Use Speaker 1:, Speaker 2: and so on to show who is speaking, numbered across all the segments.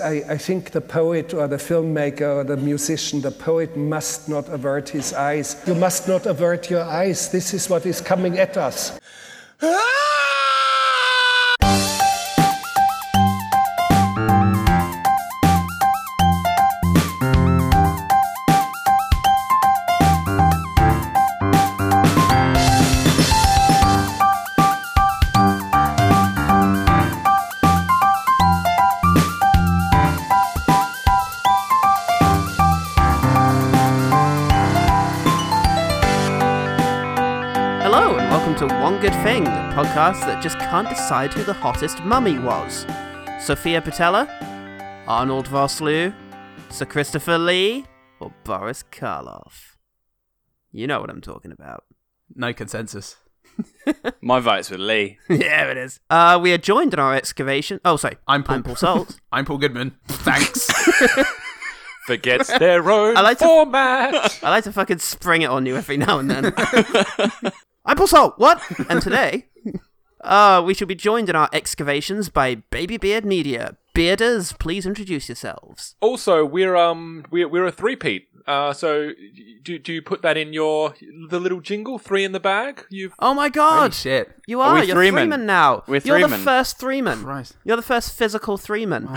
Speaker 1: I, I think the poet or the filmmaker or the musician, the poet must not avert his eyes. You must not avert your eyes. This is what is coming at us.
Speaker 2: Hello, and welcome to One Good Thing, the podcast that just can't decide who the hottest mummy was. Sophia Patella, Arnold Vosloo, Sir Christopher Lee, or Boris Karloff. You know what I'm talking about.
Speaker 3: No consensus.
Speaker 4: My vote's with Lee.
Speaker 2: yeah, it is. Uh, we are joined in our excavation. Oh, sorry.
Speaker 3: I'm Paul,
Speaker 2: Salt.
Speaker 3: I'm Paul Goodman. Thanks.
Speaker 2: Oh,
Speaker 4: Forgets their own
Speaker 2: I like to-
Speaker 4: format.
Speaker 2: I like to fucking spring it on you every now and then. I'm Paul Salt. What? And today, uh, we shall be joined in our excavations by Baby Beard Media. Bearders, please introduce yourselves.
Speaker 4: also, we're um we're we're a three-peat. Uh, so do do you put that in your the little jingle three in the bag? You've
Speaker 2: Oh my
Speaker 3: Holy
Speaker 2: god!
Speaker 3: shit.
Speaker 2: You
Speaker 4: Are
Speaker 2: are.
Speaker 4: we
Speaker 2: You're
Speaker 4: three men?
Speaker 2: Freeman now.
Speaker 4: We're
Speaker 2: You're the
Speaker 4: three men.
Speaker 2: first Threeman.
Speaker 3: Christ.
Speaker 2: You're the first physical Threeman.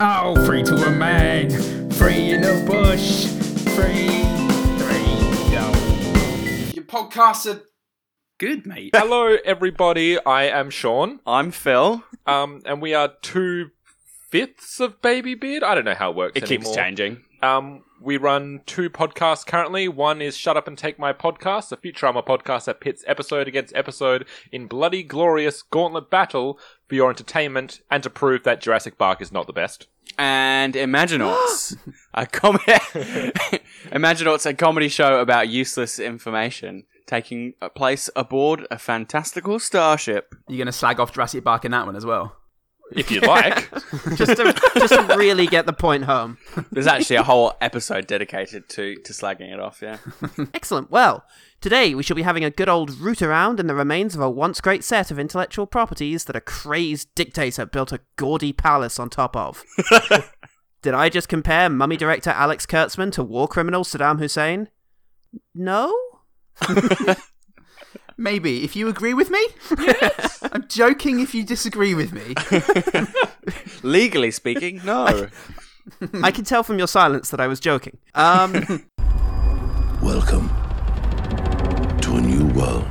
Speaker 5: Oh, free to a man, free in the bush, free, free, yo. Your podcasts are good, mate.
Speaker 4: hello everybody. I am Sean.
Speaker 2: Oh.
Speaker 6: I'm Phil.
Speaker 4: Um, and we are two fifths of Baby Beard. I don't know how it works.
Speaker 6: It keeps
Speaker 4: anymore.
Speaker 6: changing.
Speaker 4: Um, we run two podcasts currently. One is Shut Up and Take My Podcast, a Futurama podcast that pits episode against episode in bloody glorious gauntlet battle for your entertainment and to prove that Jurassic Park is not the best.
Speaker 6: And Imaginauts, a com- Imaginauts, a comedy show about useless information taking place aboard a fantastical starship.
Speaker 3: You're going to slag off Jurassic Park in that one as well.
Speaker 4: If you'd like.
Speaker 2: just to just to really get the point home.
Speaker 6: There's actually a whole episode dedicated to, to slagging it off, yeah.
Speaker 2: Excellent. Well, today we shall be having a good old root around in the remains of a once great set of intellectual properties that a crazed dictator built a gaudy palace on top of. Did I just compare mummy director Alex Kurtzman to war criminal Saddam Hussein? No?
Speaker 3: Maybe if you agree with me. I'm joking if you disagree with me.
Speaker 6: Legally speaking, no.
Speaker 2: I can tell from your silence that I was joking. Um.
Speaker 7: Welcome to a new world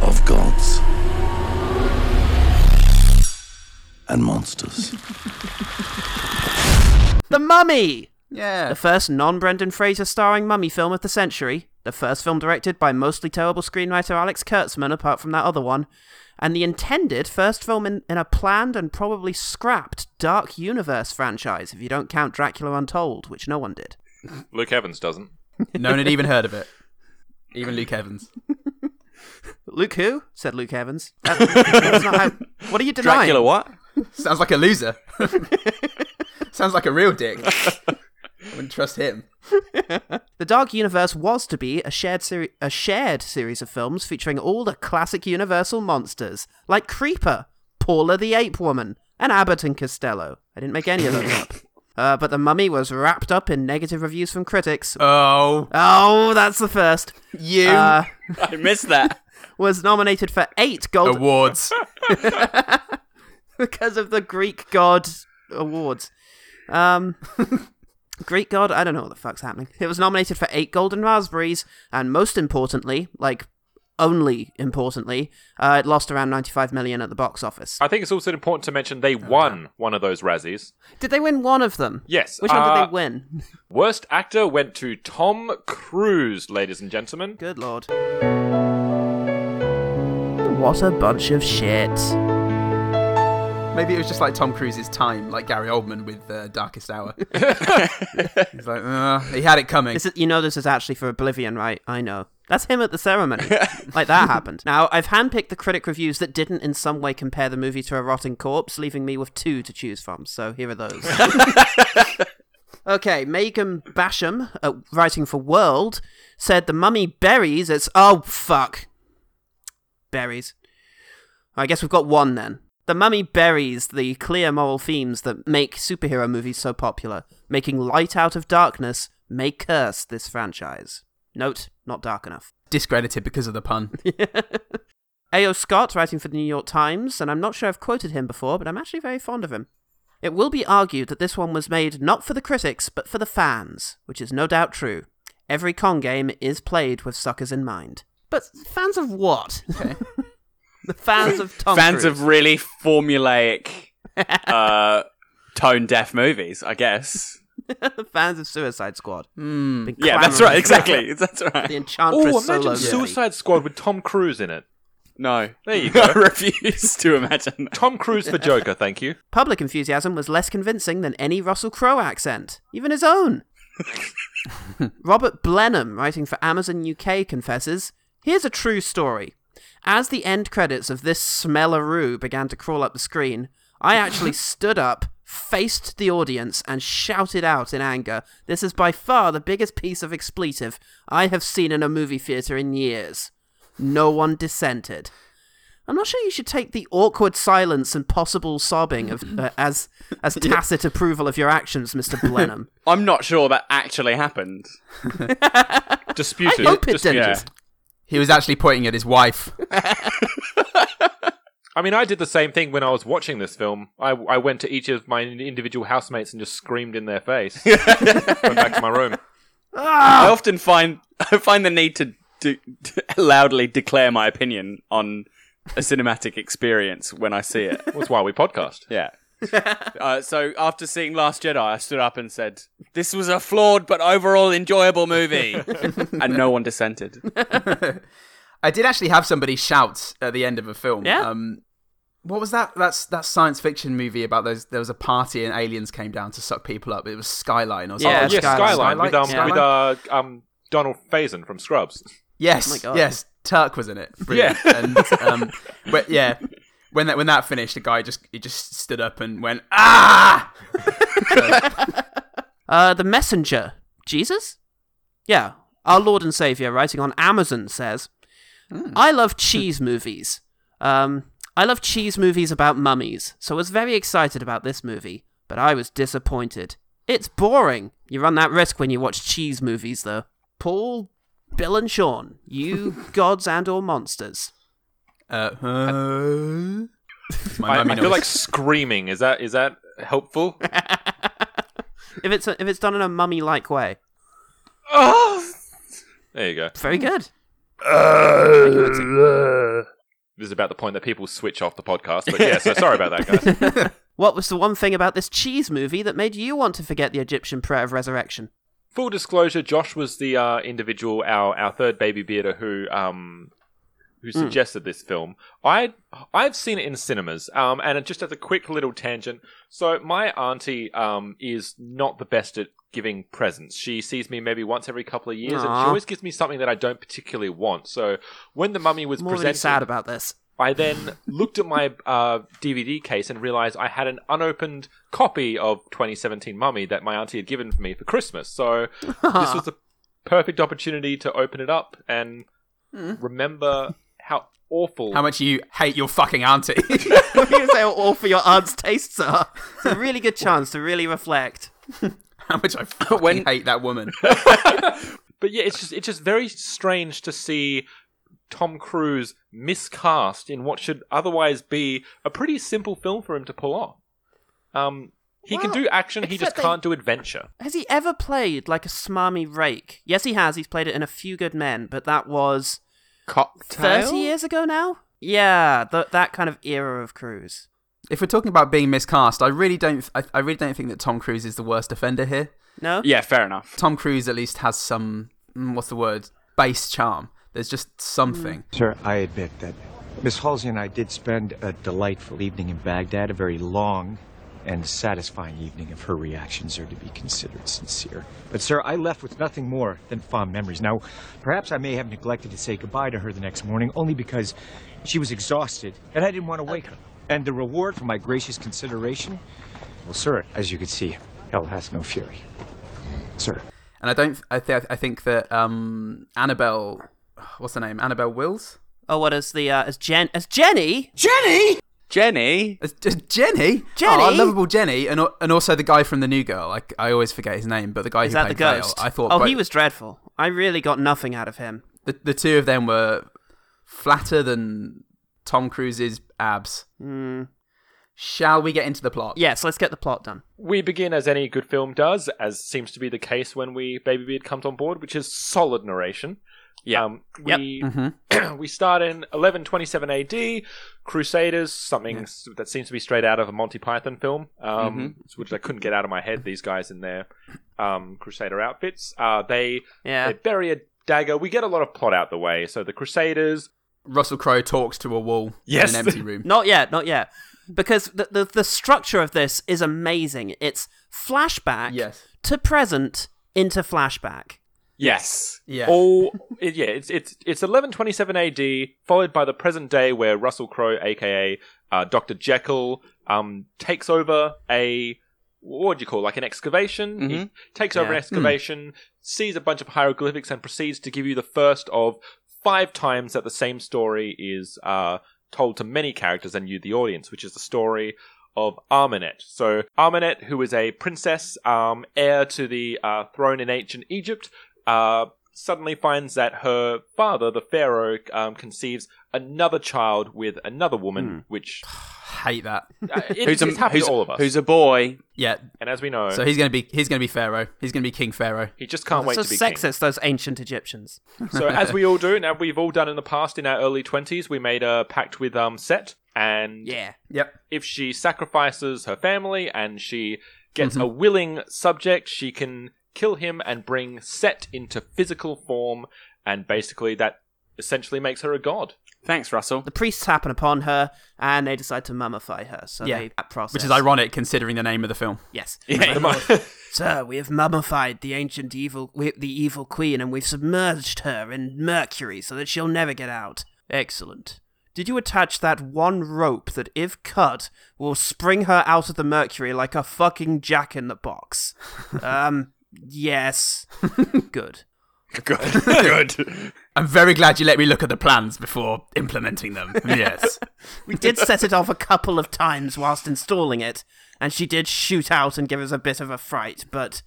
Speaker 7: of gods and monsters.
Speaker 2: The Mummy!
Speaker 3: Yeah.
Speaker 2: The first non Brendan Fraser starring mummy film of the century, the first film directed by mostly terrible screenwriter Alex Kurtzman, apart from that other one, and the intended first film in, in a planned and probably scrapped Dark Universe franchise, if you don't count Dracula Untold, which no one did.
Speaker 4: Luke Evans doesn't.
Speaker 3: no one had even heard of it. Even Luke Evans.
Speaker 2: Luke who? said Luke Evans. That- that's not how- what are you denying?
Speaker 6: Dracula, what?
Speaker 3: Sounds like a loser. Sounds like a real dick. I wouldn't trust him.
Speaker 2: The Dark Universe was to be a shared seri- a shared series of films featuring all the classic Universal monsters, like Creeper, Paula the Ape Woman, and Abbott and Costello. I didn't make any of those up. Uh, but the mummy was wrapped up in negative reviews from critics.
Speaker 3: Oh,
Speaker 2: Oh, that's the first.
Speaker 3: you
Speaker 2: Uh,
Speaker 6: I missed that.
Speaker 2: was nominated for eight gold
Speaker 3: awards.
Speaker 2: because of the Greek god awards. Um, Greek god, I don't know what the fuck's happening. It was nominated for eight golden raspberries, and most importantly, like only importantly, uh, it lost around 95 million at the box office.
Speaker 4: I think it's also important to mention they won one of those Razzies.
Speaker 2: Did they win one of them?
Speaker 4: Yes,
Speaker 2: Which one did
Speaker 4: uh,
Speaker 2: they win?
Speaker 4: Worst actor went to Tom Cruise, ladies and gentlemen.
Speaker 2: Good lord. What a bunch of shit.
Speaker 3: Maybe it was just like Tom Cruise's time, like Gary Oldman with uh, Darkest Hour. He's like, uh, he had it coming.
Speaker 2: This is, you know, this is actually for Oblivion, right? I know. That's him at the ceremony. like that happened. Now, I've handpicked the critic reviews that didn't in some way compare the movie to a rotting corpse, leaving me with two to choose from. So here are those. okay, Megan Basham, uh, writing for World, said the mummy buries its. Oh, fuck. Berries. I guess we've got one then. The mummy buries the clear moral themes that make superhero movies so popular, making light out of darkness may curse this franchise. Note, not dark enough.
Speaker 3: Discredited because of the pun.
Speaker 2: A.O. Scott, writing for the New York Times, and I'm not sure I've quoted him before, but I'm actually very fond of him. It will be argued that this one was made not for the critics, but for the fans, which is no doubt true. Every con game is played with suckers in mind. But fans of what? the fans of Tom
Speaker 6: Fans
Speaker 2: Cruise.
Speaker 6: of really formulaic, uh, tone deaf movies, I guess.
Speaker 2: fans of Suicide Squad. Hmm. Been
Speaker 6: Yeah, that's
Speaker 2: clamouring
Speaker 6: right.
Speaker 2: for
Speaker 6: Exactly. That's right.
Speaker 2: The Enchantress
Speaker 4: Oh,
Speaker 2: solo
Speaker 4: imagine Suicide Squad with Tom Cruise in it.
Speaker 6: No,
Speaker 4: There you
Speaker 6: I refuse to imagine. That.
Speaker 4: Tom Cruise for Joker, thank you.
Speaker 2: movie. Public enthusiasm was less convincing than any Russell Crowe accent, even his own. Robert Blenheim, writing for Amazon UK, confesses Here's a true story. As the end credits of this smellaroo began to crawl up the screen, I actually stood up, faced the audience, and shouted out in anger. This is by far the biggest piece of expletive I have seen in a movie theatre in years. No one dissented. I'm not sure you should take the awkward silence and possible sobbing of, uh, as as tacit approval of your actions, Mr. Blenheim.
Speaker 6: I'm not sure that actually happened.
Speaker 2: I
Speaker 4: Disputed.
Speaker 2: hope it
Speaker 4: disputed.
Speaker 2: didn't.
Speaker 6: yeah.
Speaker 3: He was actually pointing at his wife.
Speaker 4: I mean, I did the same thing when I was watching this film. I, I went to each of my individual housemates and just screamed in their face. went back to my room. Ah.
Speaker 6: I often find I find the need to de- loudly declare my opinion on a cinematic experience when I see it.
Speaker 4: That's why we podcast.
Speaker 6: Yeah. uh, so after seeing Last Jedi, I stood up and said, "This was a flawed but overall enjoyable movie," and no one dissented.
Speaker 3: I did actually have somebody shout at the end of a film.
Speaker 2: Yeah?
Speaker 3: Um, what was that? That's that science fiction movie about those. There was a party and aliens came down to suck people up. It was Skyline or something.
Speaker 2: Yeah,
Speaker 4: Oh, yes,
Speaker 2: Skyline.
Speaker 4: Skyline, with, um,
Speaker 2: Skyline?
Speaker 4: with uh, um, Donald Faison from Scrubs.
Speaker 3: Yes,
Speaker 2: Oh my God.
Speaker 3: yes, Turk was in it. Brilliant. and um, but yeah, when that when that finished, the guy just he just stood up and went ah.
Speaker 2: Uh, the messenger, Jesus? Yeah, our Lord and Savior, writing on Amazon, says, I love cheese movies. Um, I love cheese movies about mummies, so I was very excited about this movie, but I was disappointed. It's boring. You run that risk when you watch cheese movies, though. Paul, Bill, and Sean, you gods and or monsters.
Speaker 3: Uh, huh? My
Speaker 4: I,
Speaker 3: mummy
Speaker 4: I feel
Speaker 3: knows.
Speaker 4: like screaming. Is that is that helpful?
Speaker 2: If it's if it's done in a mummy-like way,
Speaker 4: Ah! There you go.
Speaker 2: very good.
Speaker 4: This is about the point that people switch off the podcast. But yeah, so sorry about that, guys.
Speaker 2: What was the one thing about this cheese movie that made you want to forget the Egyptian prayer of resurrection?
Speaker 4: Full disclosure: Josh was the uh, individual, our our third baby bearder, who um who
Speaker 2: Hmm.
Speaker 4: suggested this film. I I've seen it in cinemas. Um, and just as a quick little tangent, so my auntie um is not the best at giving presents. She sees me maybe once every couple of years, and
Speaker 2: Aw.
Speaker 4: she always gives me something that I don't particularly want. So when the mummy was
Speaker 2: I'm already
Speaker 4: presented,
Speaker 2: sad about this.
Speaker 4: I then looked at my uh, DVD case and realized I had an unopened copy of 2017 Mummy that my auntie had given for me for Christmas. So this was the perfect opportunity to open it up and
Speaker 2: Hmm.
Speaker 4: remember how awful.
Speaker 3: how much you hate your fucking auntie.
Speaker 2: I was going to say how awful your aunt's tastes are. It's a really good chance to really reflect.
Speaker 3: how much I fucking
Speaker 6: When-
Speaker 3: hate that woman.
Speaker 4: but yeah, it's just it's just very strange to see Tom Cruise miscast in what should otherwise be a pretty simple film for him to pull off. Um, he can
Speaker 2: Well,
Speaker 4: do action, he just
Speaker 2: except they-
Speaker 4: can't do adventure.
Speaker 2: Has he ever played like a smarmy rake? Yes, he has. He's played it in A Few Good Men, but that was
Speaker 6: Cocktail.
Speaker 2: 30 years ago now? Yeah, th- that kind of era of Cruise.
Speaker 3: if we're talking about being miscast, I really don't. I, I really don't think that Tom Cruise is the worst offender here.
Speaker 2: No?
Speaker 6: Yeah, fair enough.
Speaker 3: Tom Cruise at least has some mm, what's the word base charm. There's just something.
Speaker 2: Mm.
Speaker 8: Sir, I admit that Miss Halsey and I did spend a delightful evening in Baghdad, a very long and satisfying evening if her reactions are to be considered sincere. But, sir, I left with nothing more than fond memories. Now, perhaps I may have neglected to say goodbye to her the next morning only because she was exhausted and I didn't want to wake her. And the reward for my gracious consideration? Well, sir, as you can see, hell has no fury. Sir.
Speaker 3: And I don't. I, th- I think that um, Annabelle, what's her name? Annabelle Wills.
Speaker 2: Oh, what is the, uh, as Jen, as Jenny? Jenny!
Speaker 6: Jenny.
Speaker 3: It's J- Jenny,
Speaker 2: Jenny?
Speaker 3: oh, lovable Jenny, and al- and also the guy from the New Girl. Like I always forget his name, but the guy
Speaker 2: Is
Speaker 3: who
Speaker 2: that the
Speaker 3: played Vale,
Speaker 2: ghost?
Speaker 3: I thought.
Speaker 2: oh,
Speaker 3: both-
Speaker 2: he was dreadful. I really got nothing out of him.
Speaker 3: the, the two of them were flatter than Tom Cruise's abs. Shall we get into the plot?
Speaker 2: Yes, let's get the plot done.
Speaker 4: We begin as any good film does, as seems to be the case when we Baby Beard comes on board, which is solid narration.
Speaker 6: Yeah.
Speaker 4: Um, we we start in 1127 AD, Crusaders, something s- that seems to be straight out of a Monty Python film, um, which I couldn't get out of my head. These guys in their um, Crusader outfits, uh, they
Speaker 2: Yeah.
Speaker 4: they bury a dagger. We get a lot of plot out the way. So the Crusaders,
Speaker 3: Russell Crowe talks to a wall
Speaker 4: Yes.
Speaker 3: in an empty room.
Speaker 2: Not yet, not yet. Because the, the the structure of this is amazing. It's flashback
Speaker 3: Yes.
Speaker 2: to present into flashback.
Speaker 6: Yes.
Speaker 3: Yeah.
Speaker 4: all it- yeah, it's it's it's 1127 AD, followed by the present day where Russell Crowe, aka uh, Doctor Jekyll, um, takes over a what do you call it, like an excavation? He
Speaker 6: Mhm.
Speaker 4: takes over
Speaker 3: Yeah.
Speaker 4: an excavation, sees a bunch of hieroglyphics, and proceeds to give you the first of five times that the same story is uh, told to many characters and you, the audience, which is the story of Armanet. So Armanet, who is a princess, um, heir to the uh, throne in ancient Egypt, uh, suddenly finds that her father, the pharaoh, um, conceives another child with another woman, which
Speaker 3: Hate that.
Speaker 4: uh, it,
Speaker 6: Hmm. Who's a,
Speaker 4: it's happened
Speaker 6: who's,
Speaker 4: to all of us.
Speaker 6: who's a boy?
Speaker 3: Yeah.
Speaker 4: and as we know,
Speaker 3: So he's gonna be he's gonna be Pharaoh. He's gonna be King Pharaoh.
Speaker 4: he just can't wait
Speaker 2: so
Speaker 4: to be king.
Speaker 2: sexist, those ancient Egyptians.
Speaker 4: So as we all do, now we've all done in the past in our early twenties, we made a pact with um Set, and
Speaker 2: Yeah.
Speaker 3: Yep.
Speaker 4: if she sacrifices her family and she gets a willing subject, she can kill him and bring Set into physical form, and basically that essentially makes her a god.
Speaker 6: Thanks, Russell.
Speaker 2: The priests happen upon her and they decide to mummify her. So
Speaker 3: Yeah.
Speaker 2: they, that process.
Speaker 3: Which is ironic considering the name of the film.
Speaker 2: Yes.
Speaker 4: Yeah.
Speaker 2: Sir, we have mummified the ancient evil, we, the evil queen, and we've submerged her in mercury so that she'll never get out. Excellent. Did you attach that one rope that, if cut, will spring her out of the mercury like a fucking jack in the box? um, yes. Good.
Speaker 6: Good. Good.
Speaker 3: I'm very glad you let me look at the plans before implementing them. yes.
Speaker 2: We did set it off a couple of times whilst installing it, and she did shoot out and give us a bit of a fright, but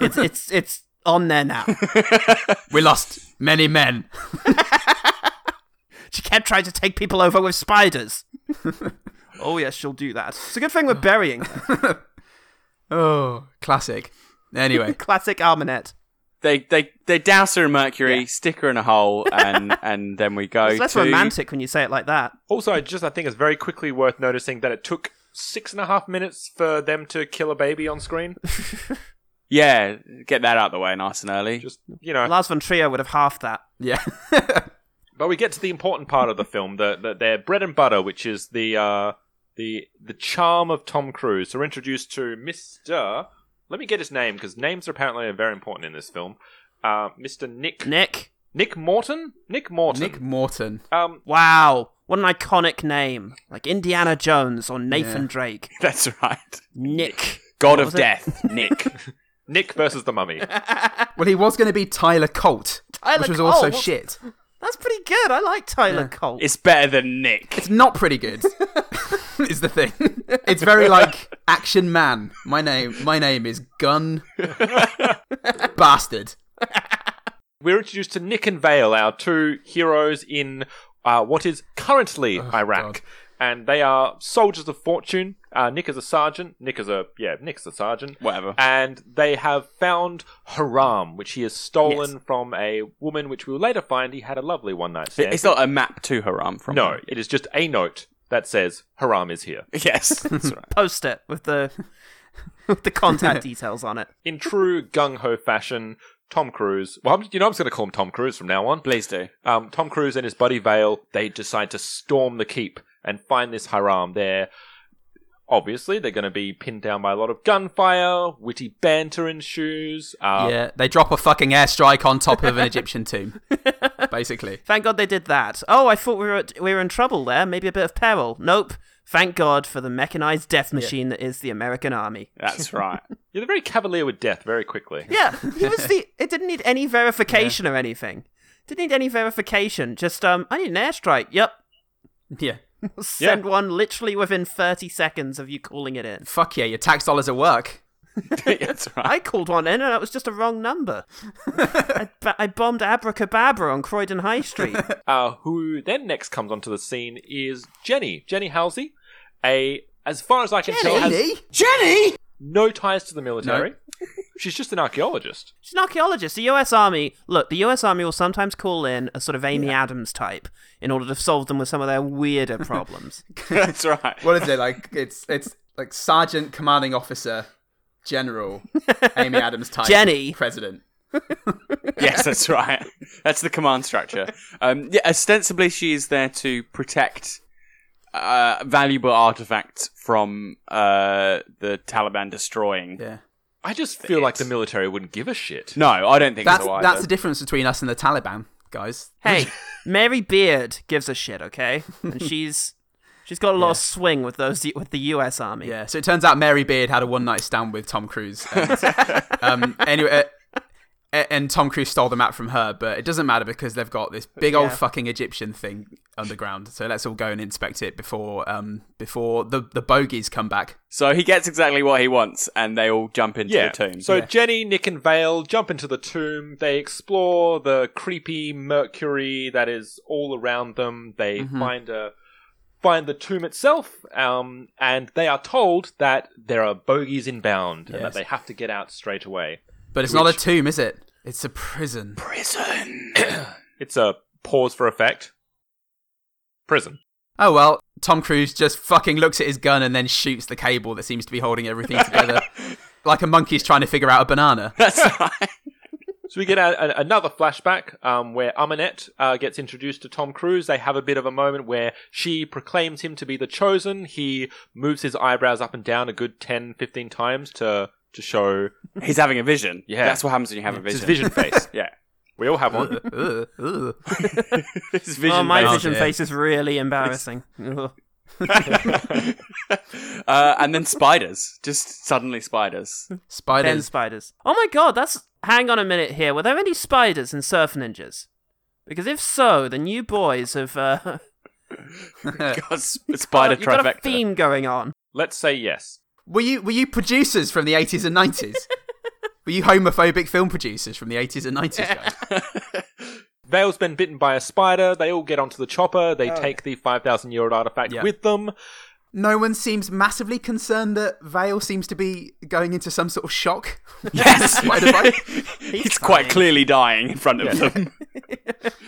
Speaker 2: it's it's it's on there now.
Speaker 3: We lost many men.
Speaker 2: She kept trying to take people over with spiders. oh yes, she'll do that. It's a good thing we're burying her.
Speaker 3: Oh, classic. Anyway,
Speaker 2: Classic Armanet.
Speaker 6: they they they douse her in mercury, stick her in a hole, and and then we go.
Speaker 2: It's less
Speaker 6: to-
Speaker 2: romantic when you say it like that.
Speaker 4: Also, I just I think it's very quickly worth noticing that it took six and a half minutes for them to kill a baby on screen.
Speaker 6: Yeah, get that out the way nice and early.
Speaker 4: Just you know,
Speaker 2: Lars von Trier would have half that.
Speaker 3: yeah.
Speaker 4: but we get to the important part of the film, the, the their bread and butter, which is the uh, the the charm of Tom Cruise. So we're introduced to Mister. Let me get his name because names are apparently very important in this film. Uh, Mister Nick
Speaker 2: Nick.
Speaker 4: Nick Morton Nick Morton.
Speaker 3: Nick Morton.
Speaker 4: um,
Speaker 2: Wow, what an iconic name. Like Indiana Jones or Nathan
Speaker 3: Yeah.
Speaker 2: Drake.
Speaker 6: That's right.
Speaker 2: Nick.
Speaker 6: God
Speaker 2: was
Speaker 6: of
Speaker 2: it?
Speaker 6: death, Nick.
Speaker 4: Nick versus the Mummy.
Speaker 3: Well, he was going to be Tyler Colt,
Speaker 2: Tyler
Speaker 3: which was
Speaker 2: Colt?
Speaker 3: also shit.
Speaker 2: That's pretty good. I like Tyler Cole.
Speaker 6: it's better than Nick.
Speaker 3: It's not pretty good. is the thing. It's very like action man. My name. My name is Gun Bastard.
Speaker 4: We're introduced to Nick and Vale, our two heroes in uh, what is
Speaker 6: Oh,
Speaker 4: currently Iraq.
Speaker 3: God.
Speaker 4: And they are soldiers of fortune. Uh, Nick is a sergeant. Nick is a yeah. Nick's a sergeant.
Speaker 6: Whatever.
Speaker 4: And they have found Haram, which he has stolen from a woman, which we will later find he had a lovely one night stand.
Speaker 6: It's not a map to Haram from.
Speaker 4: no, it is just a note that says Haram is here.
Speaker 6: Yes, that's right.
Speaker 2: Post it with the with the contact details on it.
Speaker 4: In true gung ho fashion, Tom Cruise. Well, I'm, you know I'm just going to call him Tom Cruise from now on.
Speaker 6: Please do.
Speaker 4: um, Tom Cruise and his buddy Vale, they decide to storm the keep and find this haram. They're obviously they're going to be pinned down by a lot of gunfire, witty banter ensues. Um,
Speaker 3: yeah, they drop a fucking airstrike on top of an Egyptian tomb, basically.
Speaker 2: Thank God they did that. Oh, I thought we were at, we were in trouble there. Maybe a bit of peril. Nope. Thank God for the mechanized death machine that is the American Army.
Speaker 6: That's right.
Speaker 4: yeah, they're very cavalier with death very quickly.
Speaker 2: Yeah, he was the. It didn't need any verification or anything. Didn't need any verification. Just um, I need an airstrike. Yep.
Speaker 3: Yeah,
Speaker 2: Send one literally within 30 seconds of you calling it in.
Speaker 3: Fuck yeah, your tax dollars at work.
Speaker 6: That's right.
Speaker 2: I called one in and it was just a wrong number. I, ba- I bombed Abracababra on Croydon High Street.
Speaker 4: Uh, who then next comes onto the scene is Jenny. Jenny Halsey, a as far as I can tell, has no ties to the military. She's just an archaeologist.
Speaker 2: She's an archaeologist. The US Army, look, the US Army will sometimes call in a sort of Amy Adams type in order to solve them with some of their weirder problems.
Speaker 6: That's right.
Speaker 3: What is it like? It's it's like sergeant, commanding officer, general, Amy Adams type,
Speaker 2: Jenny.
Speaker 3: president.
Speaker 6: yes, that's right. That's the command structure. Um, yeah, ostensibly she is there to protect uh, valuable artifacts from uh, the Taliban destroying.
Speaker 3: Yeah.
Speaker 4: I just feel like the military wouldn't give a shit.
Speaker 6: No, I don't think
Speaker 3: That's
Speaker 6: so either.
Speaker 3: that's the difference between us and the Taliban, guys.
Speaker 2: Hey, Mary Beard gives a shit, okay? And she's she's got a lot of swing with those with the US Army.
Speaker 3: Yeah, so it turns out Mary Beard had a one night stand with Tom Cruise. And, um, anyway, uh, a- and Tom Cruise stole the map from her, but it doesn't matter because they've got this big old fucking Egyptian thing underground. So let's all go and inspect it before um, before the, the bogies come back.
Speaker 6: so he gets exactly what he wants, and they all jump into
Speaker 4: Yeah.
Speaker 6: the tomb.
Speaker 4: So Jenny, Nick, and Vale jump into the tomb. They explore the creepy mercury that is all around them. They find a find the tomb itself, um, and they are told that there are bogies inbound and
Speaker 3: Yes.
Speaker 4: that they have to get out straight away.
Speaker 3: But it's not a tomb, is it? It's a prison.
Speaker 4: It's a pause for effect. Prison.
Speaker 3: Oh well, Tom Cruise just fucking looks at his gun and then shoots the cable that seems to be holding everything together. like a monkey's trying to figure out a banana.
Speaker 6: that's right.
Speaker 4: So we get a, a, another flashback um, where Aminette uh, gets introduced to Tom Cruise. They have a bit of a moment where she proclaims him to be the chosen. He moves his eyebrows up and down a good 10, 15 times to to show
Speaker 6: He's having a vision.
Speaker 4: Yeah.
Speaker 6: that's what happens when you have a
Speaker 4: it's his
Speaker 6: vision.
Speaker 4: vision face.
Speaker 6: yeah,
Speaker 4: We all have one.
Speaker 3: Ugh, ugh.
Speaker 6: his vision.
Speaker 2: oh, my
Speaker 6: face.
Speaker 2: vision
Speaker 3: dear.
Speaker 2: face is really embarrassing. Ugh.
Speaker 6: uh, and then spiders, just suddenly spiders.
Speaker 2: Then
Speaker 3: Spiders.
Speaker 2: spiders. Oh my god, that's. Hang on a minute here. Were there any spiders in Surf Ninjas? Because if so, then you boys have. Uh,
Speaker 6: God, sp- spider
Speaker 2: you've got a
Speaker 6: trifecta.
Speaker 2: theme going on.
Speaker 4: Let's say yes.
Speaker 3: Were you were you producers from the eighties and nineties? were you homophobic film producers from the eighties and nineties? guys?
Speaker 4: Vale's been bitten by a spider. They all get onto the chopper. They take the 5,000 year old artifact
Speaker 3: Yeah.
Speaker 4: with them.
Speaker 3: No one seems massively concerned that Vale seems to be going into some sort of shock.
Speaker 6: Yes,
Speaker 3: Spider bite.
Speaker 6: he's quite clearly dying in front of them.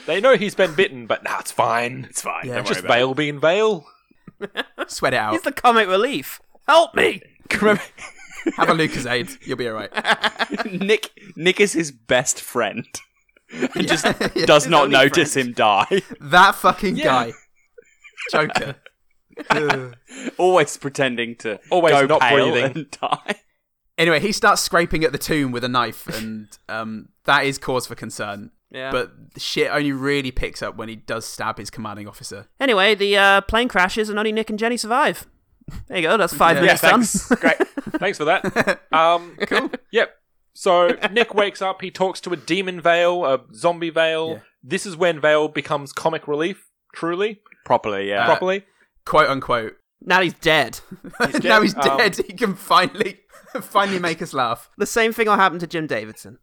Speaker 4: They know he's been bitten, but nah, it's fine. It's fine.
Speaker 3: Yeah.
Speaker 6: Don't worry
Speaker 4: Just
Speaker 6: about it.
Speaker 4: Vale being Vale.
Speaker 3: Sweat it out.
Speaker 2: He's the comic relief. Help me!
Speaker 6: Remember,
Speaker 3: Have a Lucasade. You'll be all right.
Speaker 6: Nick Nick is his best friend. He just
Speaker 3: Yeah,
Speaker 6: does
Speaker 3: his
Speaker 6: not
Speaker 3: only
Speaker 6: notice
Speaker 3: friend.
Speaker 6: him die.
Speaker 3: That fucking guy. Joker. Ugh.
Speaker 6: Always pretending to
Speaker 4: Always
Speaker 6: go
Speaker 4: not
Speaker 6: pale
Speaker 4: breathing.
Speaker 6: and die.
Speaker 3: anyway, he starts scraping at the tomb with a knife, and um, that is cause for concern.
Speaker 2: Yeah.
Speaker 3: But shit only really picks up when he does stab his commanding officer.
Speaker 2: Anyway, the uh, plane crashes and only Nick and Jenny survive. There you go. That's five
Speaker 3: Yeah.
Speaker 2: minutes done.
Speaker 6: Thanks. Great.
Speaker 4: Thanks for that. Um, cool. Yep. So Nick wakes up. He talks to a demon veil, a zombie veil.
Speaker 3: Yeah.
Speaker 4: This is when Veil becomes comic relief, truly, Uh,
Speaker 6: Properly, yeah.
Speaker 4: properly.
Speaker 3: Quote unquote.
Speaker 2: Now he's dead.
Speaker 3: now
Speaker 4: dead.
Speaker 3: he's
Speaker 4: Um,
Speaker 3: dead. he can finally, finally make us laugh.
Speaker 2: The same thing will happen to Jim Davidson.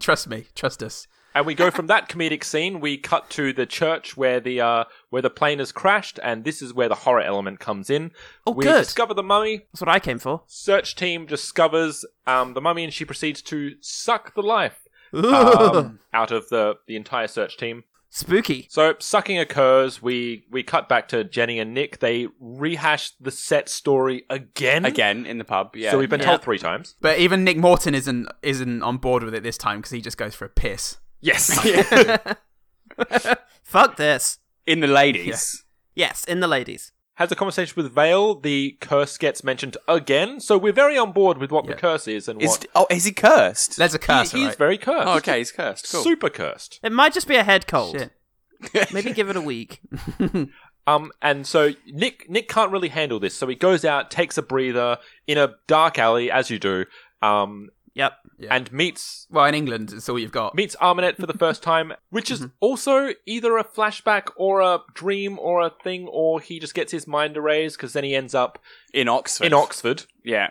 Speaker 3: trust me. Trust us.
Speaker 4: And we go from that comedic scene. We cut to the church where the uh, where the plane has crashed, and this is where the horror element comes in.
Speaker 2: Oh,
Speaker 4: we
Speaker 2: good.
Speaker 4: discover the mummy.
Speaker 2: That's what I came for.
Speaker 4: Search team discovers um, the mummy, and she proceeds to suck the life um, out of the the entire search team.
Speaker 2: Spooky.
Speaker 4: So sucking occurs. We we cut back to Jenny and Nick. They rehash the set story again.
Speaker 6: Again in the pub, yeah.
Speaker 4: So we've been
Speaker 2: Yeah.
Speaker 4: told three times.
Speaker 3: But even Nick Morton isn't isn't on board with it this time because he just goes for a piss.
Speaker 6: yes.
Speaker 2: Fuck this.
Speaker 6: in the ladies.
Speaker 2: Yes, in the ladies.
Speaker 4: Has a conversation with Vale. The curse gets mentioned again. So we're very on board with what the curse is and
Speaker 6: Is
Speaker 4: what
Speaker 6: oh is he cursed?
Speaker 3: There's a curse.
Speaker 4: He- he's
Speaker 3: alright.
Speaker 4: very cursed.
Speaker 6: oh, okay, he's cursed. Cool.
Speaker 4: Super cursed.
Speaker 2: It might just be a head cold.
Speaker 3: Shit.
Speaker 2: Maybe give it a week.
Speaker 4: Um, and so Nick Nick can't really handle this, so he goes out, takes a breather in a dark alley, as you do. Um,
Speaker 2: Yep.
Speaker 4: and meets
Speaker 3: Well, in England, it's all you've got.
Speaker 4: meets Arminet for the first time, which is also either a flashback or a dream or a thing, or he just gets his mind erased because then he ends up
Speaker 6: in Oxford.
Speaker 4: in Oxford.
Speaker 6: Yeah.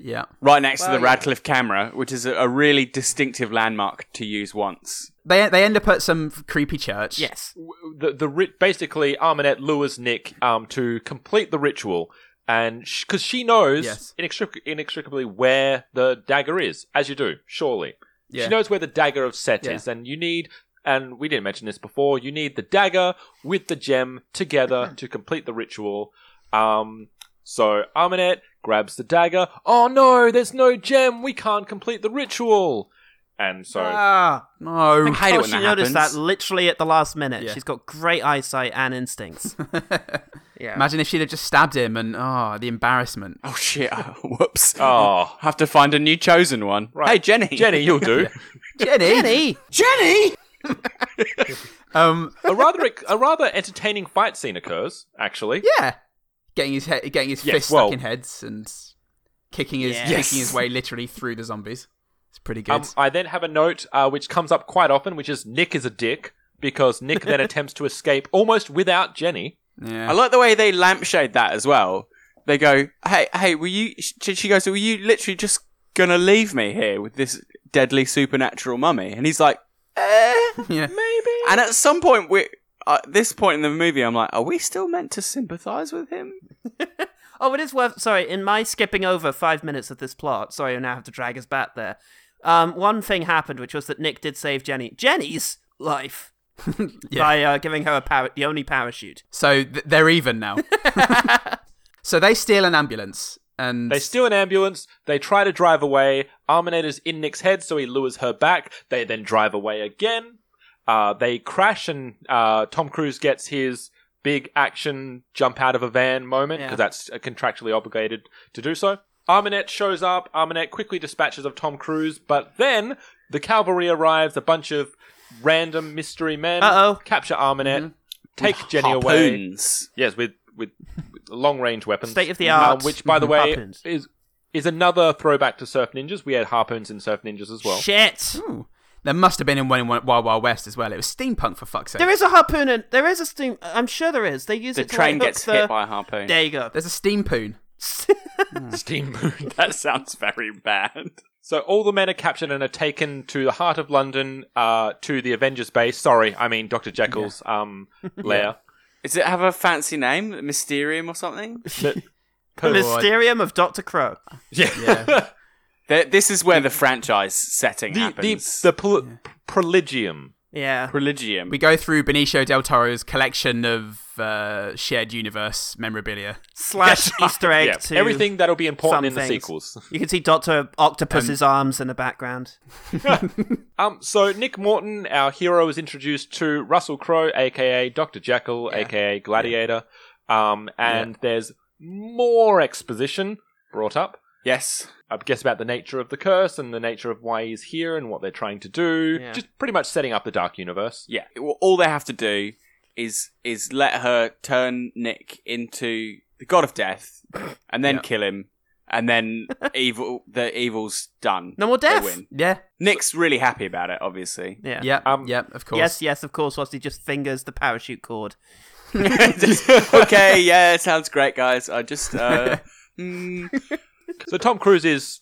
Speaker 3: Yeah.
Speaker 6: Right next to
Speaker 2: Well,
Speaker 6: the
Speaker 2: yeah.
Speaker 6: Radcliffe camera, which is a, a really distinctive landmark to use once.
Speaker 3: They they end up at some creepy church.
Speaker 2: Yes.
Speaker 4: The the rit- basically Arminet lures Nick um to complete the ritual. And because she knows
Speaker 3: Yes.
Speaker 4: inextric- inextricably where the dagger is, as you do, surely.
Speaker 3: Yeah.
Speaker 4: She knows where the dagger of Set
Speaker 3: Yeah.
Speaker 4: is, and you need, and we didn't mention this before, you need the dagger with the gem together to complete the ritual. Um, so Arminet grabs the dagger. Oh no, there's no gem. We can't complete the ritual. And so,
Speaker 2: Ah,
Speaker 3: No.
Speaker 6: hate it
Speaker 2: how
Speaker 6: when
Speaker 2: she
Speaker 6: that
Speaker 2: noticed
Speaker 6: happens.
Speaker 2: that literally at the last minute.
Speaker 3: Yeah.
Speaker 2: She's got great eyesight and instincts.
Speaker 4: uh,
Speaker 2: yeah.
Speaker 3: Imagine if she'd have just stabbed him and oh, the embarrassment.
Speaker 6: Oh shit! Oh, whoops.
Speaker 4: oh,
Speaker 6: Have to find a new chosen one.
Speaker 4: Right.
Speaker 6: Hey, Jenny.
Speaker 4: Jenny, you'll do.
Speaker 3: Jenny.
Speaker 2: Jenny!
Speaker 3: Um.
Speaker 4: a rather a rather entertaining fight scene occurs. Actually,
Speaker 3: Yeah. Getting his head, getting his
Speaker 4: Yes,
Speaker 3: fist
Speaker 4: well-
Speaker 3: stuck in heads and kicking his
Speaker 2: Yes.
Speaker 3: kicking his way literally through the zombies. It's pretty good.
Speaker 4: Um, I then have a note uh, which comes up quite often, which is Nick is a dick because Nick then attempts to escape almost without Jenny.
Speaker 3: yeah.
Speaker 6: I like the way they lampshade that as well. They go, "Hey, hey, were you?" She she goes, "Were you literally just gonna leave me here with this deadly supernatural mummy?" And he's like, "Eh."
Speaker 3: yeah.
Speaker 6: And at some point, we at this point in the movie, I'm like, "Are we still meant to sympathise with him?"
Speaker 2: Oh, it is worth. Sorry, in my skipping over five minutes of this plot, sorry, I now have to drag us back there. Um, one thing happened, which was that Nick did save Jenny, Jenny's life by uh, giving her a par- the only parachute.
Speaker 3: So th- they're even now. so they steal an ambulance and
Speaker 4: They steal an ambulance. They try to drive away. Arminator's in Nick's head, so he lures her back. They then drive away again. Uh, they crash, and uh, Tom Cruise gets his big action jump out of a van moment because
Speaker 2: Yeah.
Speaker 4: that's uh, contractually obligated to do so. Arminet shows up. Arminet quickly dispatches of Tom Cruise, but then the cavalry arrives. A bunch of random mystery men
Speaker 2: Uh-oh. Mm-hmm.
Speaker 4: capture Arminet, take Jenny away.
Speaker 6: Harpoons.
Speaker 4: Yes, with with, with long range weapons,
Speaker 2: State of the art
Speaker 4: um, which by the way
Speaker 2: harpoons.
Speaker 4: is is another throwback to Surf Ninjas. We had harpoons in Surf Ninjas as well.
Speaker 2: Shit!
Speaker 3: there must have been in one in Wild Wild West as well. It was steampunk for fuck's sake.
Speaker 2: There is a harpoon, and there is a steam. I'm sure there is. They use
Speaker 6: The
Speaker 2: it. to,
Speaker 6: train
Speaker 2: like, hook
Speaker 6: gets
Speaker 2: the...
Speaker 6: hit by a harpoon.
Speaker 2: There you go.
Speaker 3: There's a steampoon.
Speaker 4: Steam Moon.
Speaker 6: That sounds very bad.
Speaker 4: So all the men are captured and are taken to the heart of London, uh, to the Avengers base. Sorry, I mean Doctor Jekyll's um lair.
Speaker 6: Does it have a fancy name, Mysterium or something?
Speaker 4: Oh,
Speaker 2: The Mysterium of Doctor Crow.
Speaker 4: Yeah.
Speaker 6: Th- this is where the franchise setting
Speaker 4: the the,
Speaker 6: happens.
Speaker 4: the pl- Preligium.
Speaker 2: Yeah.
Speaker 6: Preligium.
Speaker 3: We go through Benicio del Toro's collection of uh, shared universe memorabilia.
Speaker 2: Slash Easter egg
Speaker 4: Yeah,
Speaker 2: to
Speaker 4: everything that'll be important
Speaker 2: some
Speaker 4: in the
Speaker 2: things.
Speaker 4: sequels.
Speaker 2: You can see Doctor Octopus's arms in the background.
Speaker 4: Um, so Nick Morton, our hero, is introduced to Russell Crowe, aka Doctor Jekyll, aka Gladiator. Um, and there's more exposition brought up.
Speaker 6: Yes.
Speaker 4: I guess about the nature of the curse and the nature of why he's here and what they're trying to do.
Speaker 2: Yeah.
Speaker 4: Just pretty much setting up the Dark Universe.
Speaker 6: Yeah. Well, all they have to do is is let her turn Nick into the god of death, and then kill him, and then evil the evil's done.
Speaker 2: No more
Speaker 6: They
Speaker 2: death.
Speaker 6: win.
Speaker 3: Yeah.
Speaker 6: Nick's really happy about it, obviously.
Speaker 2: Yeah.
Speaker 3: Yep.
Speaker 4: Um,
Speaker 3: yep. Of course.
Speaker 2: Yes, yes, of course. Whilst he just fingers the parachute cord.
Speaker 6: Just, okay, yeah, sounds great, guys. I just uh, mm,
Speaker 4: So Tom Cruise is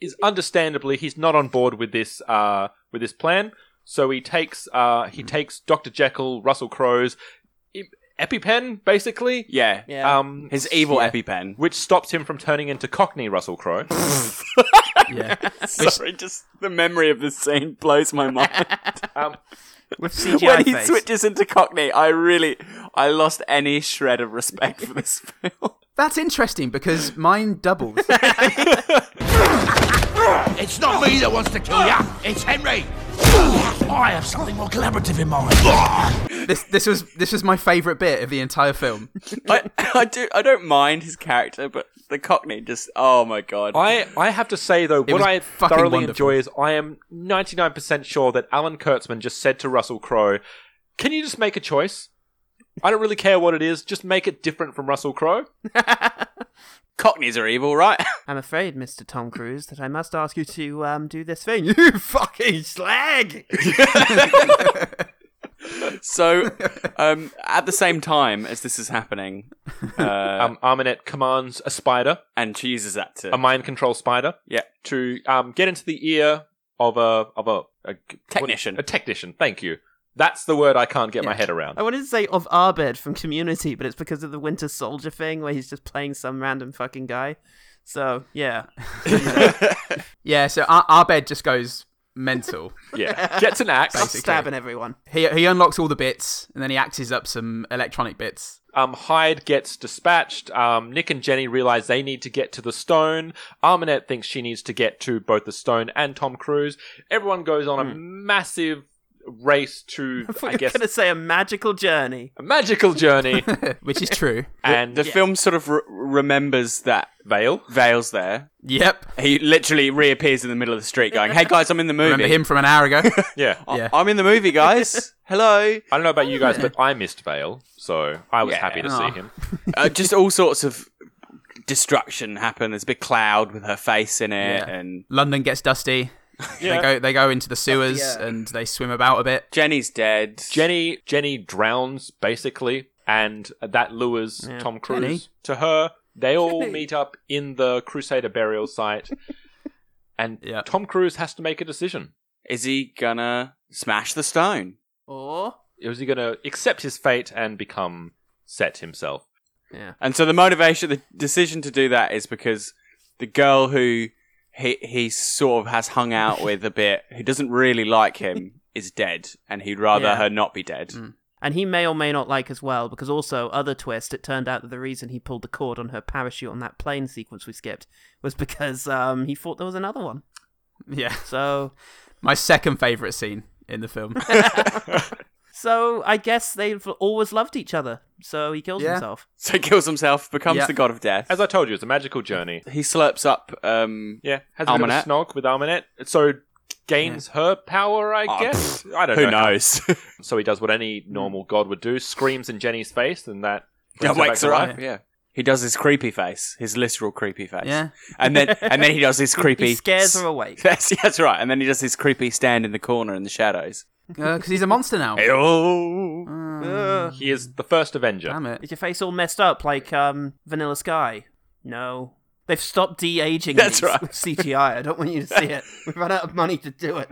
Speaker 4: is understandably he's not on board with this uh, with this plan. So he takes uh,
Speaker 6: Mm-hmm.
Speaker 4: he takes Doctor Jekyll, Russell Crowe's e- EpiPen, basically.
Speaker 6: yeah,
Speaker 2: Yeah.
Speaker 4: Um,
Speaker 6: his evil
Speaker 3: Yeah.
Speaker 6: EpiPen.
Speaker 4: which stops him from turning into Cockney Russell Crowe.
Speaker 3: Yeah.
Speaker 6: Sorry, just the memory of this scene blows my mind.
Speaker 2: With CGI
Speaker 6: when he
Speaker 2: face.
Speaker 6: switches into Cockney, I really, I lost any shred of respect for this film.
Speaker 3: That's interesting because mine doubled.
Speaker 7: It's not me that wants to kill you, it's Henry! I have something more collaborative in mind.
Speaker 3: this this was this was my favourite bit of the entire film.
Speaker 6: I, I do, I don't mind his character, but the Cockney just, oh my god.
Speaker 4: I, I have to say though, what
Speaker 3: was
Speaker 4: I
Speaker 3: fucking
Speaker 4: thoroughly
Speaker 3: wonderful.
Speaker 4: enjoy is I am ninety nine percent sure that Alan Kurtzman just said to Russell Crowe, "Can you just make a choice?" I don't really care what it is. Just make it different from Russell Crowe.
Speaker 6: Cockneys are evil, right?
Speaker 2: I'm afraid, Mr. Tom Cruise, that I must ask you to um, do this thing. You fucking slag!
Speaker 6: so, um, at the same time as this is happening, uh,
Speaker 4: Um, Arminet commands a spider,
Speaker 6: and she uses that to
Speaker 4: a
Speaker 3: Um,
Speaker 4: mind control spider,
Speaker 6: yeah,
Speaker 4: to um, get into the ear of a of a, a
Speaker 6: Technician.
Speaker 4: A technician. Thank you. That's the word I can't get my head around.
Speaker 3: Oh.
Speaker 2: I wanted to say of Arbed from Community, but it's because of the Winter Soldier thing where he's just playing some random fucking guy. So, yeah.
Speaker 3: Yeah, so Ar- Arbed just goes mental.
Speaker 4: Yeah, gets an axe.
Speaker 3: Basically.
Speaker 2: Stabbing everyone.
Speaker 3: he he unlocks all the bits and then he axes up some electronic bits.
Speaker 4: Um, Hyde gets dispatched. Um, Nick and Jenny realize they need to get to the stone. Arminet thinks she needs to get to both the stone and Tom Cruise. Everyone goes on a
Speaker 3: Hmm.
Speaker 4: massive race to,
Speaker 2: I thought
Speaker 4: I
Speaker 2: you
Speaker 4: guess,
Speaker 2: were going to say a magical journey.
Speaker 4: a magical journey.
Speaker 3: Which is true.
Speaker 4: and
Speaker 6: the film sort of re- remembers that
Speaker 4: Vale.
Speaker 6: Vale's there.
Speaker 3: yep.
Speaker 6: He literally reappears in the middle of the street, going, "Hey guys, I'm in the movie.
Speaker 3: Remember him from an hour ago?
Speaker 4: Yeah.
Speaker 6: I-
Speaker 3: Yeah.
Speaker 6: I'm in the movie, guys. Hello."
Speaker 4: I don't know about you guys, but I missed Vale, so I was happy to
Speaker 3: Aw.
Speaker 4: see him.
Speaker 6: uh, just all sorts of destruction happen. There's a big cloud with her face in it,
Speaker 3: Yeah.
Speaker 6: and
Speaker 3: London gets dusty. They go they go into the sewers and they swim about a bit.
Speaker 6: Jenny's dead.
Speaker 4: Jenny Jenny drowns basically, and that lures Tom Cruise
Speaker 3: Jenny.
Speaker 4: to her. They all meet up in the Crusader burial site, and
Speaker 3: Yeah.
Speaker 4: Tom Cruise has to make a decision.
Speaker 6: Is he gonna smash the stone?
Speaker 2: Or.
Speaker 4: Is he going to accept his fate and become Set himself?
Speaker 6: And so the motivation, the decision to do that is because the girl who he he sort of has hung out with a bit, who doesn't really like him, is dead, and he'd rather
Speaker 2: Yeah.
Speaker 6: her not be dead.
Speaker 4: Mm.
Speaker 2: And he may or may not like as well, because also, other twist, it turned out that the reason he pulled the cord on her parachute on that plane sequence we skipped was because um, he thought there was another one.
Speaker 3: Yeah.
Speaker 2: So,
Speaker 3: My second favourite scene in the film. Uh,
Speaker 2: so I guess they've always loved each other. So he kills
Speaker 3: Yeah.
Speaker 2: himself.
Speaker 6: So he kills himself, becomes
Speaker 3: Yeah.
Speaker 6: the god of death.
Speaker 4: As I told you, it's a magical journey.
Speaker 6: he slurps up. Um,
Speaker 4: Yeah, has a bit of a
Speaker 6: Almanac.
Speaker 4: snog with Almanet, so gains her power. I
Speaker 6: Oh,
Speaker 4: guess I don't
Speaker 6: who
Speaker 4: know.
Speaker 6: knows?
Speaker 4: So he does what any normal god would do: screams in Jenny's face, and that brings
Speaker 6: That wakes
Speaker 4: back to
Speaker 6: her
Speaker 4: life.
Speaker 6: up. Yeah. He does his creepy face, his literal creepy face.
Speaker 3: Yeah.
Speaker 6: And then and then he does his creepy
Speaker 2: He scares her awake.
Speaker 6: That's, that's right. And then he does his creepy stand in the corner in the shadows.
Speaker 3: Because he's a monster now.
Speaker 6: Oh.
Speaker 2: Ugh.
Speaker 4: He is the first Avenger.
Speaker 3: Damn it.
Speaker 2: Is your face all messed up like um, Vanilla Sky? No. They've stopped de aging
Speaker 6: That's right.
Speaker 2: with CGI. I don't want you to see it. We've run out of money to do it.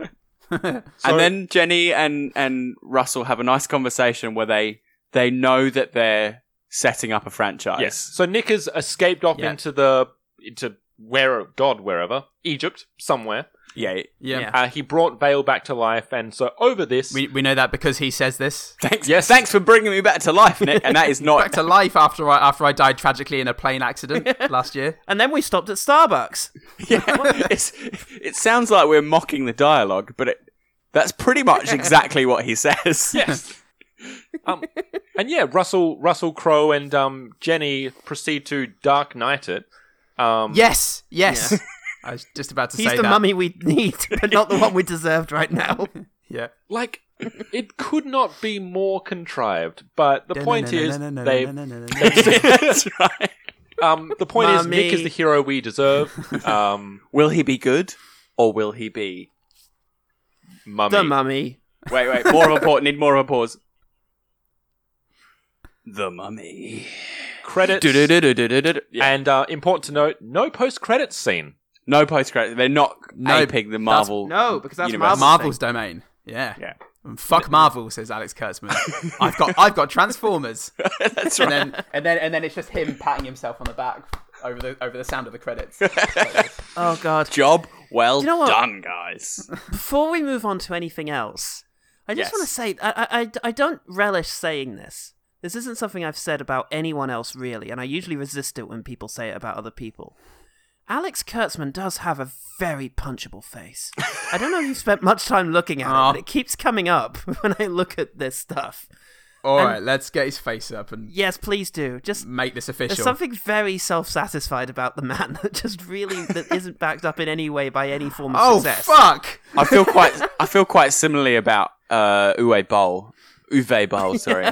Speaker 6: and then Jenny and and Russell have a nice conversation where they they know that they're setting up a franchise.
Speaker 4: Yes. So Nick has escaped off
Speaker 3: Yeah.
Speaker 4: into the into where God wherever Egypt somewhere.
Speaker 6: Yeah.
Speaker 3: Yeah.
Speaker 2: Yeah.
Speaker 4: Uh, he brought Vale back to life, and so over this,
Speaker 3: We, we know that because he says this.
Speaker 6: Thanks. Yes. Thanks for bringing me back to life, Nick. And that is
Speaker 3: Back
Speaker 6: not.
Speaker 3: to life after I after I died tragically in a plane accident last year.
Speaker 2: And then we stopped at Starbucks.
Speaker 6: yeah, it's, it sounds like we're mocking the dialogue, but it, that's pretty much exactly what he says.
Speaker 4: yes. um, and yeah, Russell Russell Crowe and um, Jenny proceed to Dark Knight it. Um,
Speaker 3: Yes, yes. I was just about to
Speaker 2: He's
Speaker 3: say
Speaker 2: the
Speaker 3: that.
Speaker 2: mummy we need, but not the one we deserved right now.
Speaker 3: Yeah.
Speaker 4: Like it could not be more contrived. But the point is, they
Speaker 6: that's right.
Speaker 4: um, the point is Nick
Speaker 2: Mummy.
Speaker 4: is the hero we deserve. Um,
Speaker 6: Will he be good or will he be?
Speaker 4: mummy.
Speaker 2: the mummy.
Speaker 6: Wait, wait. More of a pause. Need more of a pause. The mummy.
Speaker 4: Credits.
Speaker 6: Du-du-du-du-du-du-du. Yeah.
Speaker 4: And uh, important to note, no post credits scene.
Speaker 6: No post credit. They're not
Speaker 3: No,
Speaker 6: aping the Marvel.
Speaker 2: No, because that's
Speaker 6: Universe.
Speaker 2: Marvel.
Speaker 3: Marvel's domain. Yeah.
Speaker 6: Yeah.
Speaker 3: And Fuck Marvel, says Alex Kurtzman. I've got I've got Transformers.
Speaker 6: That's
Speaker 3: And
Speaker 6: right.
Speaker 3: then and then and then it's just him patting himself on the back over the over the sound of the credits.
Speaker 2: Oh, God.
Speaker 6: Job well
Speaker 2: you know what?
Speaker 6: done, guys.
Speaker 2: Before we move on to anything else, I just
Speaker 6: Yes.
Speaker 2: want to say I, I, I- I don't relish saying this. This isn't something I've said about anyone else, really, and I usually resist it when people say it about other people. Alex Kurtzman does have a very punchable face. I don't know if you've spent much time looking at
Speaker 3: Aw.
Speaker 2: it, but it keeps coming up when I look at this stuff.
Speaker 3: Alright, let's get his face up and
Speaker 2: Yes, please do. Just
Speaker 3: make this
Speaker 2: There's
Speaker 3: official.
Speaker 2: something very self-satisfied about the man that just really that isn't backed up in any way by any form of
Speaker 3: oh
Speaker 2: success.
Speaker 3: fuck!
Speaker 6: I feel quite. I feel quite similarly about uh, Uwe Boll, Uwe Boll, sorry.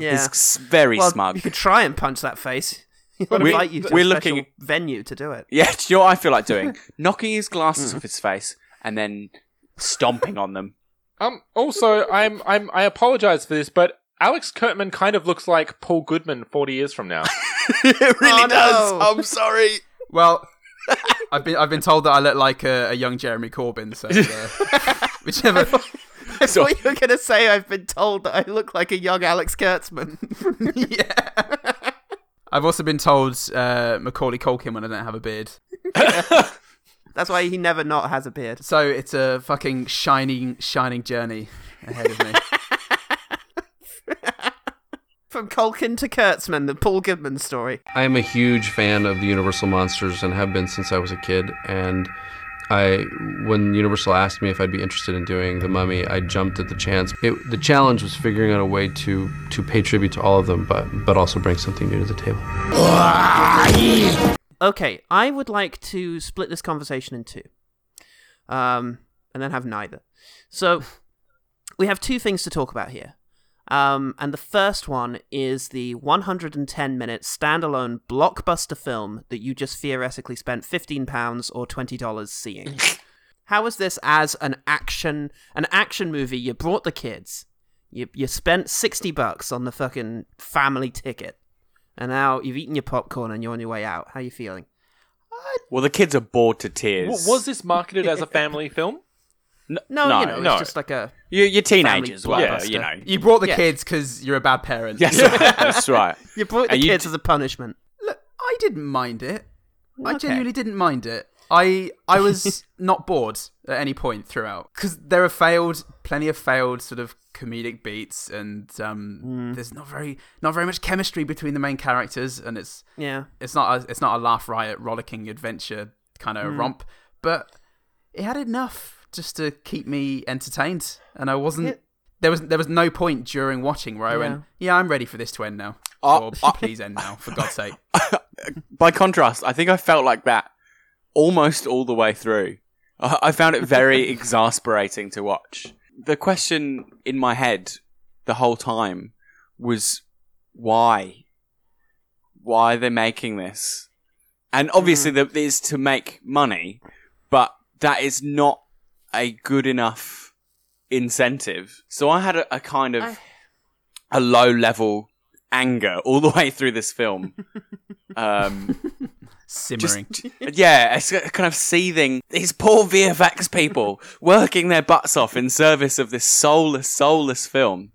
Speaker 2: Yeah.
Speaker 6: He's s- very
Speaker 2: well,
Speaker 6: smug.
Speaker 2: You could try and punch that face. He'll
Speaker 6: We-
Speaker 2: invite you to
Speaker 6: we're
Speaker 2: a special
Speaker 6: looking-
Speaker 2: venue to do it.
Speaker 6: Yeah, do you know what I feel like doing? Knocking his glasses off his face and then stomping on them.
Speaker 4: Um. Also, I'm I'm I apologize for this, but Alex Kurtman kind of looks like Paul Goodman 40 years from now.
Speaker 6: it really
Speaker 2: Oh,
Speaker 6: does.
Speaker 2: no.
Speaker 6: I'm sorry.
Speaker 3: Well, I've been I've been told that I look like a, a young Jeremy Corbyn, so uh, whichever.
Speaker 2: That's what you were going to say. I've been told that I look like a young Alex Kurtzman.
Speaker 3: yeah. I've also been told uh, Macaulay Culkin when I don't have a beard.
Speaker 2: That's why he never not has a beard.
Speaker 3: So it's a fucking shining, shining journey ahead of me.
Speaker 2: From Colkin to Kurtzman, the Paul Goodman story.
Speaker 9: I am a huge fan of the Universal monsters and have been since I was a kid. And I, when Universal asked me if I'd be interested in doing the Mummy, I jumped at the chance. It, the challenge was figuring out a way to to pay tribute to all of them, but but also bring something new to the table.
Speaker 2: Okay, I would like to split this conversation in two, um, and then have neither. So we have two things to talk about here, um, and the first one is the 110-minute standalone blockbuster film that you just theoretically spent 15 pounds or 20 dollars seeing. How is this as an action an action movie? You brought the kids. You you spent 60 bucks on the fucking family ticket. And now you've eaten your popcorn and you're on your way out. How are you feeling?
Speaker 6: Well, the kids are bored to tears.
Speaker 4: W- was this marketed as a family film?
Speaker 6: N-
Speaker 2: No,
Speaker 6: no,
Speaker 2: you know, it's
Speaker 4: no.
Speaker 2: just like a.
Speaker 6: You- You're, teenagers,
Speaker 2: Family
Speaker 6: well,
Speaker 2: blockbuster.
Speaker 6: you know.
Speaker 3: You brought the
Speaker 2: Yeah.
Speaker 3: kids kids because you're a bad parent.
Speaker 6: Yes, that's right.
Speaker 2: You brought the
Speaker 6: And you
Speaker 2: kids
Speaker 6: d-
Speaker 2: as a punishment.
Speaker 3: Look, I didn't mind it. I
Speaker 2: Okay.
Speaker 3: genuinely didn't mind it. I I was not bored at any point throughout because there are failed, plenty of failed sort of comedic beats, and um, there's not very not very much chemistry between the main characters, and it's
Speaker 2: Yeah.
Speaker 3: it's not a, it's not a laugh riot, rollicking adventure kind of romp, but it had enough just to keep me entertained, and I wasn't. There was there was no point during watching where I went, yeah, I'm ready for this to end now.
Speaker 6: Uh,
Speaker 3: or
Speaker 6: uh,
Speaker 3: please end now, for God's sake.
Speaker 6: By contrast, I think I felt like that almost all the way through. I, I found it very exasperating to watch. The question in my head the whole time was why? Why are they making this? And obviously, the it is to make money, but that is not a good enough incentive. So I had a, a kind of a low level anger all the way through this film. um,
Speaker 3: Simmering.
Speaker 6: yeah, it's a kind of seething. These poor VFX people working their butts off in service of this soulless, soulless film.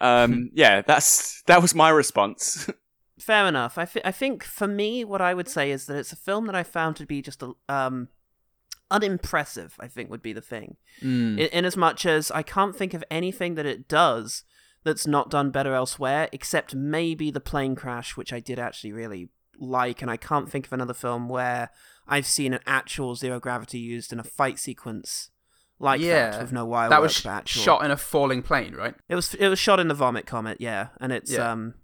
Speaker 2: Hmm.
Speaker 6: Um, yeah, that's that was my response.
Speaker 2: Fair enough. I, thi- I think for me, what I would say is that it's a film that I found to be just a, um, unimpressive, I think would be the thing. In, in as much as I can't think of anything that it does that's not done better elsewhere, except maybe the plane crash, which I did actually really like, and I can't think of another film where I've seen an actual zero gravity used in a fight sequence like that with no wire
Speaker 3: That
Speaker 2: work
Speaker 3: was sh-
Speaker 2: for actual-
Speaker 3: shot in a falling plane, right?
Speaker 2: It was it was shot in the Vomit Comet, yeah, and it's
Speaker 3: Yeah.
Speaker 2: um,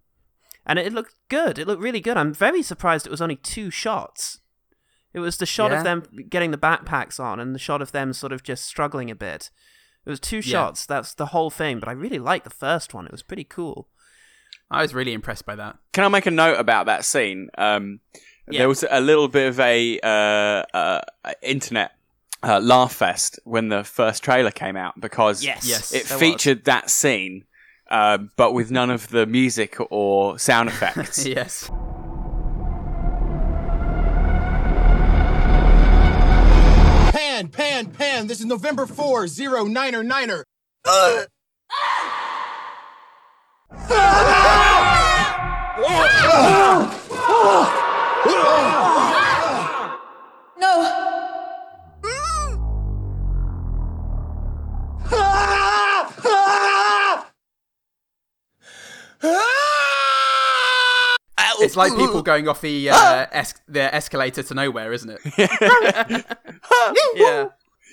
Speaker 2: and it, it looked good. It looked really good. I'm very surprised it was only two shots. It was the shot
Speaker 3: Yeah.
Speaker 2: of them getting the backpacks on and the shot of them sort of just struggling a bit. It was two
Speaker 3: Yeah.
Speaker 2: shots. That's the whole thing. But I really liked the first one. It was pretty cool.
Speaker 3: I was really impressed by that.
Speaker 6: Can I make a note about that scene? Um,
Speaker 2: Yeah.
Speaker 6: There was a little bit of a uh, uh, internet uh, laugh fest when the first trailer came out because
Speaker 2: Yes. Yes,
Speaker 6: it
Speaker 2: there was.
Speaker 6: featured that scene, uh, but with none of the music or sound effects.
Speaker 3: Yes.
Speaker 10: Pan, pan, pan. This is November 4, zero, niner, niner. Ah! Ah!
Speaker 3: It's like people going off the uh, es- the escalator to nowhere, isn't it? yeah.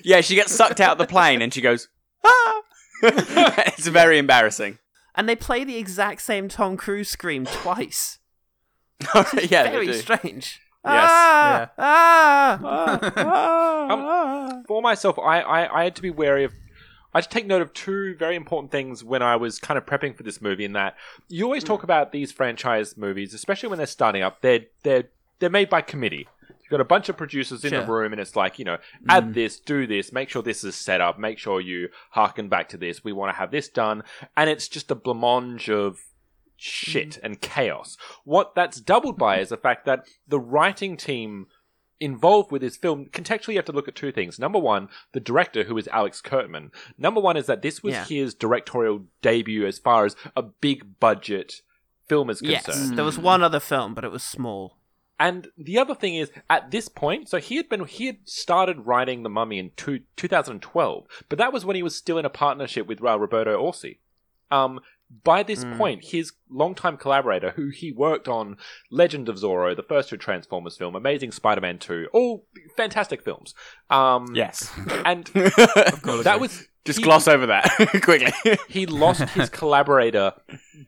Speaker 6: Yeah, she gets sucked out of the plane and she goes, ah! it's very embarrassing.
Speaker 2: And they play the exact same Tom Cruise scream twice.
Speaker 6: yeah, they
Speaker 2: Very
Speaker 6: do.
Speaker 2: strange.
Speaker 6: Yes,
Speaker 2: Ah,
Speaker 3: yeah.
Speaker 2: ah, ah.
Speaker 4: Um, For myself, I, I, I had to be wary of. I just take note of two very important things when I was kind of prepping for this movie. In that you always
Speaker 2: Mm.
Speaker 4: talk about these franchise movies, especially when they're starting up. They're they're they're made by committee. You've got a bunch of producers in the
Speaker 2: Sure. Mm.
Speaker 4: room, and it's like you know, add this, do this, make sure this is set up, make sure you harken back to this. We want to have this done, and it's just a blancmange of shit
Speaker 2: Mm.
Speaker 4: and chaos. What that's doubled by is the fact that the writing team involved with this film, contextually, you have to look at two things. Number one, the director, who is Alex Kurtzman. Number one is that this was
Speaker 2: Yeah.
Speaker 4: his directorial debut as far as a big budget film is concerned.
Speaker 2: Yes, there was one other film, but it was small.
Speaker 4: And the other thing is, at this point, so he had been he had started writing The Mummy in two, 2012, but that was when he was still in a partnership with uh, Roberto Orsi. Um, by this
Speaker 6: Hmm.
Speaker 4: point, his longtime collaborator, who he worked on Legend of Zorro, the first two Transformers film, Amazing Spider-Man 2, all fantastic films. Um,
Speaker 6: Yes.
Speaker 4: and that was
Speaker 6: Just
Speaker 4: he-
Speaker 6: gloss over that quickly.
Speaker 4: He lost his collaborator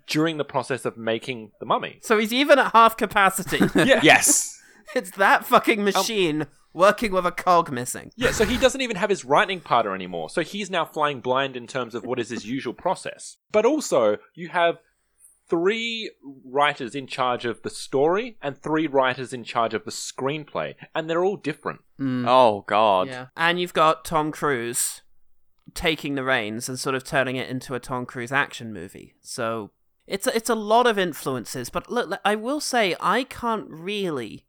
Speaker 4: during the process of making The Mummy.
Speaker 2: So he's even at half capacity.
Speaker 6: yes.
Speaker 2: it's that fucking machine working with a cog missing.
Speaker 4: Yeah, so he doesn't even have his writing partner anymore. So he's now flying blind in terms of what is his usual process. But also, you have three writers in charge of the story and three writers in charge of the screenplay, and they're all different.
Speaker 6: Oh God.
Speaker 2: Mm. Yeah. And you've got Tom Cruise taking the reins and sort of turning it into a Tom Cruise action movie. So it's a, it's a lot of influences, but look, like, I will say I can't really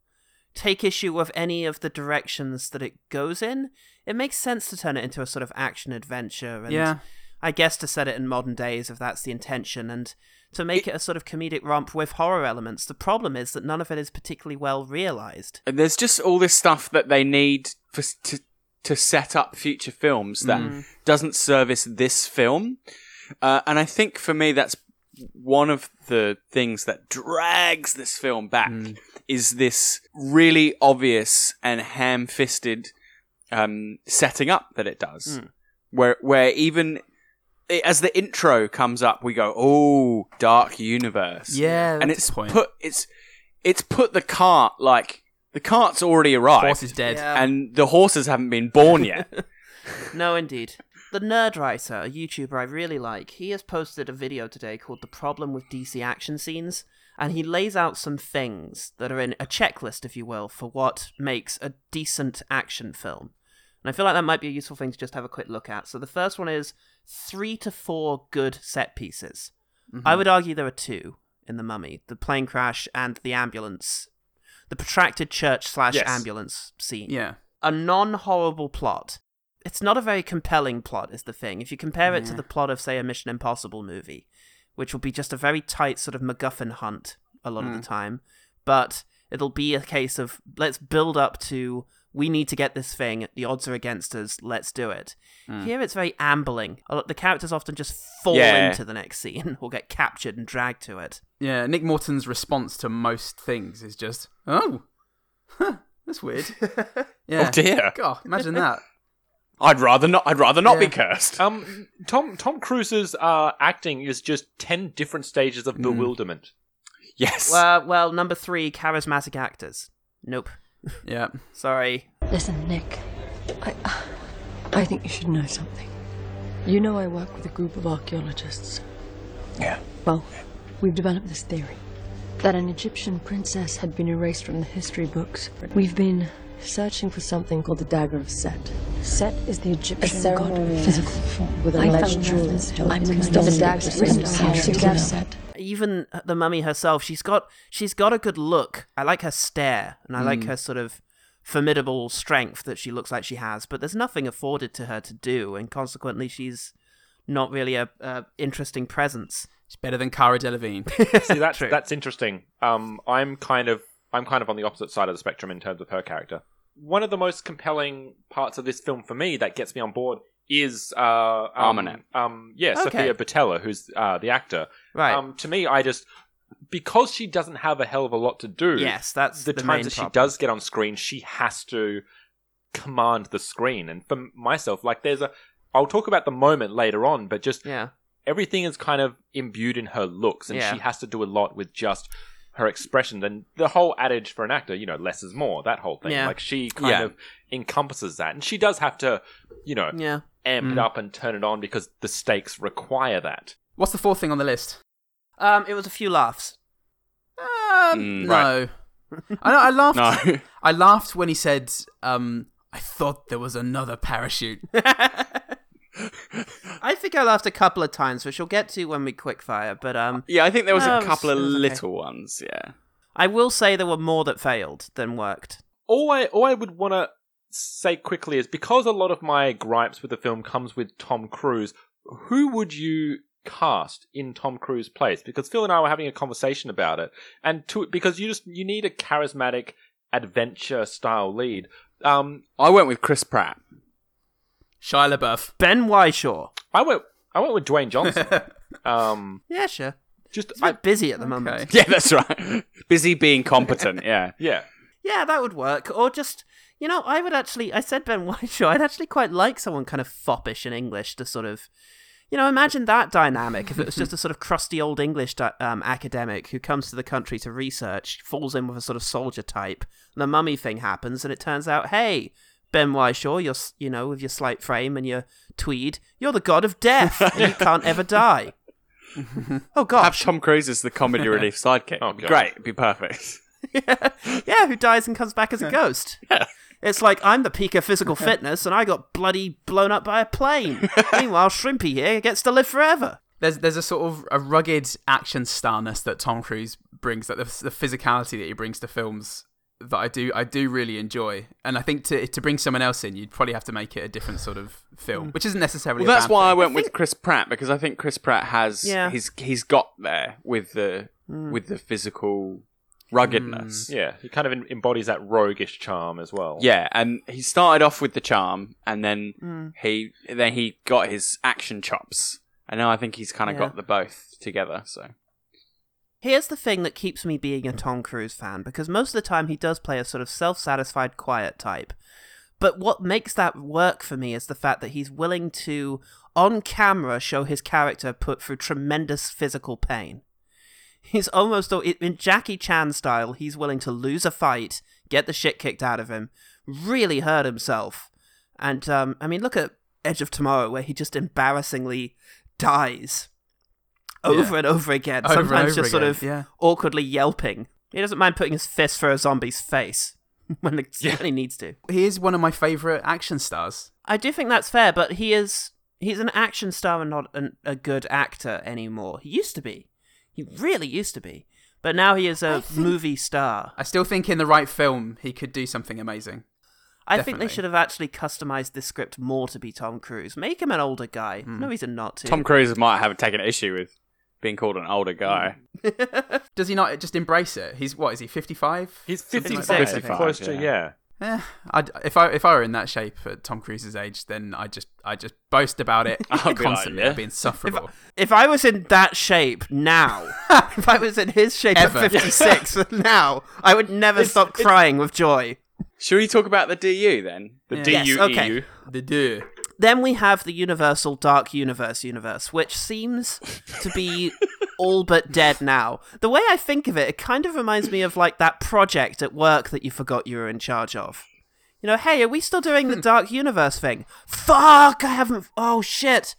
Speaker 2: take issue with any of the directions that it goes in. It makes sense to turn it into a sort of action adventure and
Speaker 3: Yeah.
Speaker 2: I guess to set it in modern days if that's the intention and to make it a sort of comedic romp with horror elements. The problem is that none of it is particularly well realized.
Speaker 6: And There's just all this stuff that they need for s- to to set up future films that
Speaker 3: Mm.
Speaker 6: doesn't service this film, uh, and I think for me that's one of the things that drags this film back
Speaker 3: Mm.
Speaker 6: is this really obvious and ham-fisted um, setting up that it does,
Speaker 3: Mm.
Speaker 6: where where even i- as the intro comes up, we go, "Oh, dark universe."
Speaker 3: Yeah,
Speaker 6: and
Speaker 3: that's
Speaker 6: it's
Speaker 3: a point.
Speaker 6: put it's it's put the cart like the cart's already arrived,
Speaker 3: Horse is dead.
Speaker 2: Yeah.
Speaker 6: and the horses haven't been born yet.
Speaker 2: No, indeed. The Nerd Writer, a YouTuber I really like, he has posted a video today called The Problem with DC Action Scenes, and he lays out some things that are in a checklist, if you will, for what makes a decent action film. And I feel like that might be a useful thing to just have a quick look at. So the first one is three to four good set pieces. I would argue there are two in The Mummy the plane crash and the ambulance, the protracted church slash
Speaker 4: Yes.
Speaker 2: ambulance scene
Speaker 3: Yeah.
Speaker 2: a non horrible plot. It's not a very compelling plot, is the thing. If you compare it to the plot of, say, a Mission Impossible movie, which will be just a very tight sort of MacGuffin hunt a lot of the time, but it'll be a case of let's build up to we need to get this thing, the odds are against us, let's do it. Here it's very ambling. A lot- The characters often just fall
Speaker 6: Yeah.
Speaker 2: into the next scene or get captured and dragged to it.
Speaker 3: Yeah, Nick Morton's response to most things is just, "Oh, huh, that's weird." Yeah.
Speaker 6: Oh dear!
Speaker 3: God, imagine that.
Speaker 6: I'd rather not. I'd rather not be
Speaker 3: Yeah.
Speaker 6: cursed.
Speaker 4: Um, Tom Tom Cruise's uh, acting is just ten different stages of bewilderment.
Speaker 6: yes.
Speaker 2: Well, well, number three, charismatic actors. Nope.
Speaker 3: Yeah.
Speaker 2: Sorry.
Speaker 11: Listen, Nick, I, I think you should know something. You know, I work with a group of archaeologists.
Speaker 7: Yeah.
Speaker 11: Well, we've developed this theory that an Egyptian princess had been erased from the history books. We've been searching for something called the Dagger of Set. Set is the Egyptian god of physical form with alleged jewels held in the dagger of Set.
Speaker 2: even the mummy herself she's got she's got a good look i like her stare and i like her sort of formidable strength that she looks like she has but there's nothing afforded to her to do and consequently she's not really a, a interesting presence
Speaker 3: It's better than Cara Delevingne.
Speaker 4: See, that's that's interesting. Um, I'm kind of I'm kind of on the opposite side of the spectrum in terms of her character. One of the most compelling parts of this film for me that gets me on board is uh, um,
Speaker 6: Armanet.
Speaker 4: Um, yeah,
Speaker 2: Okay.
Speaker 4: Sophia Botella, who's uh, the actor.
Speaker 2: right
Speaker 4: Um, to me, I just because she doesn't have a hell of a lot to do.
Speaker 2: yes that's
Speaker 4: the,
Speaker 2: the,
Speaker 4: times
Speaker 2: main
Speaker 4: that she
Speaker 2: problem.
Speaker 4: does get on screen, she has to command the screen. And for myself, like there's a, I'll talk about the moment later on, but just
Speaker 2: yeah
Speaker 4: everything is kind of imbued in her looks, and
Speaker 2: Yeah.
Speaker 4: she has to do a lot with just her expressions and the whole adage for an actor, you know, less is more, that whole thing.
Speaker 2: Yeah.
Speaker 4: Like she kind
Speaker 6: Yeah.
Speaker 4: of encompasses that. And she does have to, you know,
Speaker 2: Yeah. Mm.
Speaker 4: amp it up and turn it on because the stakes require that.
Speaker 3: What's the fourth thing on the list?
Speaker 2: Um, it was a few laughs.
Speaker 3: Um, no. I know. I laughed.
Speaker 6: Mm, No.
Speaker 3: I laughed when he said, um, "I thought there was another parachute."
Speaker 2: I think I laughed a couple of times, which we'll get to when we quickfire. But um,
Speaker 6: Yeah, I think there was
Speaker 2: no,
Speaker 6: a
Speaker 2: it
Speaker 6: couple
Speaker 2: it
Speaker 6: of
Speaker 2: was okay.
Speaker 6: little ones. Yeah.
Speaker 2: I will say there were more that failed than worked.
Speaker 4: all I all I would want to say quickly is because a lot of my gripes with the film comes with Tom Cruise. Who would you cast in Tom Cruise's place? Because Phil and I were having a conversation about it, and to because you just you need a charismatic adventure style lead. Um,
Speaker 6: I went with Chris Pratt.
Speaker 3: Shia LaBeouf.
Speaker 2: Ben Whishaw.
Speaker 4: I went I went with Dwayne Johnson. um,
Speaker 2: Yeah, sure.
Speaker 4: just
Speaker 2: He's a
Speaker 4: I,
Speaker 2: bit busy at the moment.
Speaker 6: Yeah, that's right. Busy being competent. Yeah.
Speaker 4: yeah.
Speaker 2: Yeah, that would work. Or just, you know, I would actually, I said Ben Whishaw, I'd actually quite like someone kind of foppish in English to sort of, you know, imagine that dynamic if it was just a sort of crusty old English di- um, academic who comes to the country to research, falls in with a sort of soldier type, and the mummy thing happens, and it turns out, hey, Ben Whishaw, you're, s- you know, with your slight frame and your tweed, you're the god of death, and you can't ever die. oh,
Speaker 6: Have
Speaker 2: gosh.
Speaker 6: Tom Cruise as the comedy relief sidekick.
Speaker 4: Oh,
Speaker 6: It'd be
Speaker 4: God.
Speaker 6: Great. It'd be perfect.
Speaker 2: yeah, who dies and comes back as a ghost. It's like I'm the peak of physical fitness and I got bloody blown up by a plane. Meanwhile, Shrimpy here gets to live forever.
Speaker 3: There's there's a sort of a rugged action starness that Tom Cruise brings, that the, the physicality that he brings to films that I do I do really enjoy. And I think to to bring someone else in, you'd probably have to make it a different sort of film, which isn't necessarily.
Speaker 6: Hmm. Well,
Speaker 3: a
Speaker 6: that's
Speaker 3: bad
Speaker 6: why I
Speaker 3: thing.
Speaker 6: went with Chris Pratt because I think Chris Pratt has
Speaker 2: Yeah. Hmm.
Speaker 6: he's he's got there with the with the physical
Speaker 3: Hmm.
Speaker 6: ruggedness.
Speaker 4: Yeah, he kind of em- embodies that roguish charm as well.
Speaker 6: Yeah, and he started off with the charm, and then
Speaker 2: Mm.
Speaker 6: he then he got his action chops, and now I think he's kind of
Speaker 2: Yeah.
Speaker 6: got the both together. So
Speaker 2: Here's the thing that keeps me being a Tom Cruise fan because most of the time he does play a sort of self satisfied, quiet type. But what makes that work for me is the fact that he's willing to, on camera, show his character put through tremendous physical pain. He's almost in Jackie Chan style. He's willing to lose a fight, get the shit kicked out of him, really hurt himself, and um, I mean, look at Edge of Tomorrow, where he just embarrassingly dies over and over again.
Speaker 3: Over and
Speaker 2: sometimes
Speaker 3: over
Speaker 2: just sort
Speaker 3: again,
Speaker 2: of
Speaker 3: yeah.
Speaker 2: awkwardly yelping. He doesn't mind putting his fist through a zombie's face when, the, when he needs to.
Speaker 3: He is one of my favorite action stars.
Speaker 2: I do think that's fair, but he is he's an action star and not an, a good actor anymore. He used to be. He really used to be. But now he is a movie star.
Speaker 3: I still think in the right film, he could do something amazing.
Speaker 2: I think they
Speaker 3: definitely.
Speaker 2: should have actually customized this script more to be Tom Cruise. Make him an older guy.
Speaker 3: Hmm.
Speaker 2: No reason not to.
Speaker 6: Tom Cruise might have taken issue with being called an older guy.
Speaker 3: Does he not just embrace it? He's what is he? Fifty five.
Speaker 4: He's
Speaker 2: Something
Speaker 4: 55,
Speaker 2: like that.
Speaker 6: 55,
Speaker 4: close to
Speaker 6: yeah.
Speaker 4: yeah.
Speaker 3: Eh, I'd, if I if I were in that shape at Tom Cruise's age, then I just I just boast about it
Speaker 6: I'd be like,
Speaker 3: constantly.
Speaker 6: yeah.
Speaker 3: I'd be insufferable.
Speaker 2: If I was in that shape now, if I was in his shape
Speaker 3: Ever.
Speaker 2: at 56 now, I would never stop crying with joy.
Speaker 6: Should we talk about the DU then? The E
Speaker 2: Yes, DUEU. okay.
Speaker 3: the do.
Speaker 2: Then we have the Universal Dark Universe universe, which seems to be all but dead now. The way I think of it, it kind of reminds me of like that project at work that you forgot you were in charge of. You know, hey, are we still doing
Speaker 6: Hmm.
Speaker 2: the Dark Universe thing? Fuck, I haven't. Oh shit.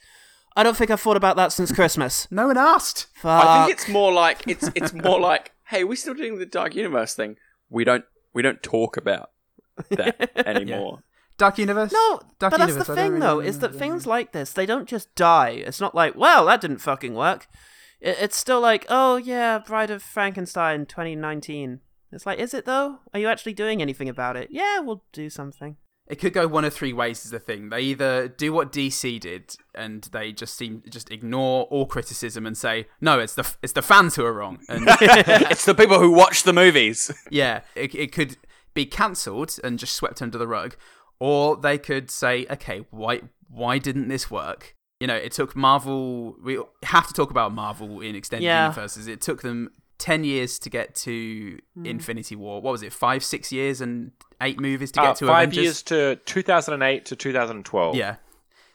Speaker 2: I don't think I've thought about that since Christmas.
Speaker 3: No one asked.
Speaker 2: Fuck.
Speaker 6: I think it's more like it's it's more like hey, we're still doing the Dark Universe thing. We don't we don't talk about that anymore.
Speaker 3: Dark Universe.
Speaker 2: No,
Speaker 3: Dark
Speaker 2: but that's
Speaker 3: Universe,
Speaker 2: the
Speaker 3: I don't
Speaker 2: thing,
Speaker 3: really
Speaker 2: though,
Speaker 3: know.
Speaker 2: is that things like this, they don't just die. It's not like, well, that didn't fucking work. It, it's still like, oh, yeah, Bride of Frankenstein 2019. It's like, is it, though? Are you actually doing anything about it? Yeah, we'll do something.
Speaker 3: It could go one of three ways. Is the thing they either do what DC did and they just seem just ignore all criticism and say no, it's the f- it's the fans who are wrong. And
Speaker 6: it's the people who watch the movies.
Speaker 3: yeah, it it could be cancelled and just swept under the rug, or they could say okay, why why didn't this work? You know, it took Marvel. We have to talk about Marvel in extended
Speaker 2: Yeah.
Speaker 3: universes. It took them ten years to get to
Speaker 4: Hmm.
Speaker 3: Infinity War. What was it? Five, six years and eight movies to
Speaker 4: Uh,
Speaker 3: get to
Speaker 4: five
Speaker 3: Avengers?
Speaker 4: years to 2008 to 2012.
Speaker 3: Yeah.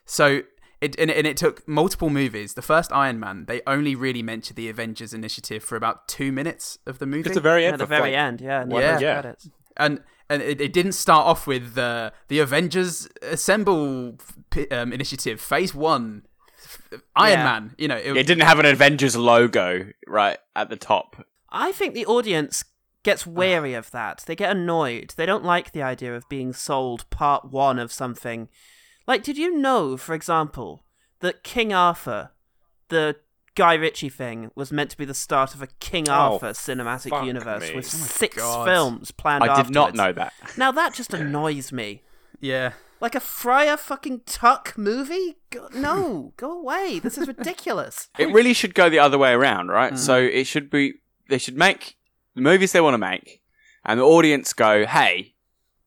Speaker 3: So It, and, and it took multiple movies. The first Iron Man, they only really mentioned the Avengers initiative for about two minutes of the movie.
Speaker 4: At the very end,
Speaker 2: At the
Speaker 4: of,
Speaker 2: very
Speaker 4: like,
Speaker 2: end, yeah. and
Speaker 3: Yeah.
Speaker 2: those
Speaker 3: Yeah.
Speaker 2: credits.
Speaker 3: and and it, it didn't start off with uh, the Avengers Assemble p- um, initiative phase one. Iron
Speaker 2: Yeah.
Speaker 3: Man, you know, it,
Speaker 6: It didn't have an Avengers logo right at the top.
Speaker 2: I think the audience gets
Speaker 6: Uh-huh.
Speaker 2: wary of that. They get annoyed. They don't like the idea of being sold part one of something. Like, did you know, for example, that King Arthur, the Guy Ritchie thing, was meant to be the start of a King Arthur cinematic
Speaker 6: Oh, fuck
Speaker 2: universe
Speaker 6: me.
Speaker 2: with
Speaker 6: Oh my
Speaker 2: six
Speaker 6: God.
Speaker 2: films planned
Speaker 6: I did not
Speaker 2: afterwards.
Speaker 6: know that.
Speaker 2: Now that just annoys me.
Speaker 3: yeah.
Speaker 2: Like a Friar fucking Tuck movie? Go- no, go away. This is ridiculous.
Speaker 6: It really should go the other way around,
Speaker 2: Hmm.
Speaker 6: right? So it should be they should make the movies they want to make, and the audience go, "Hey,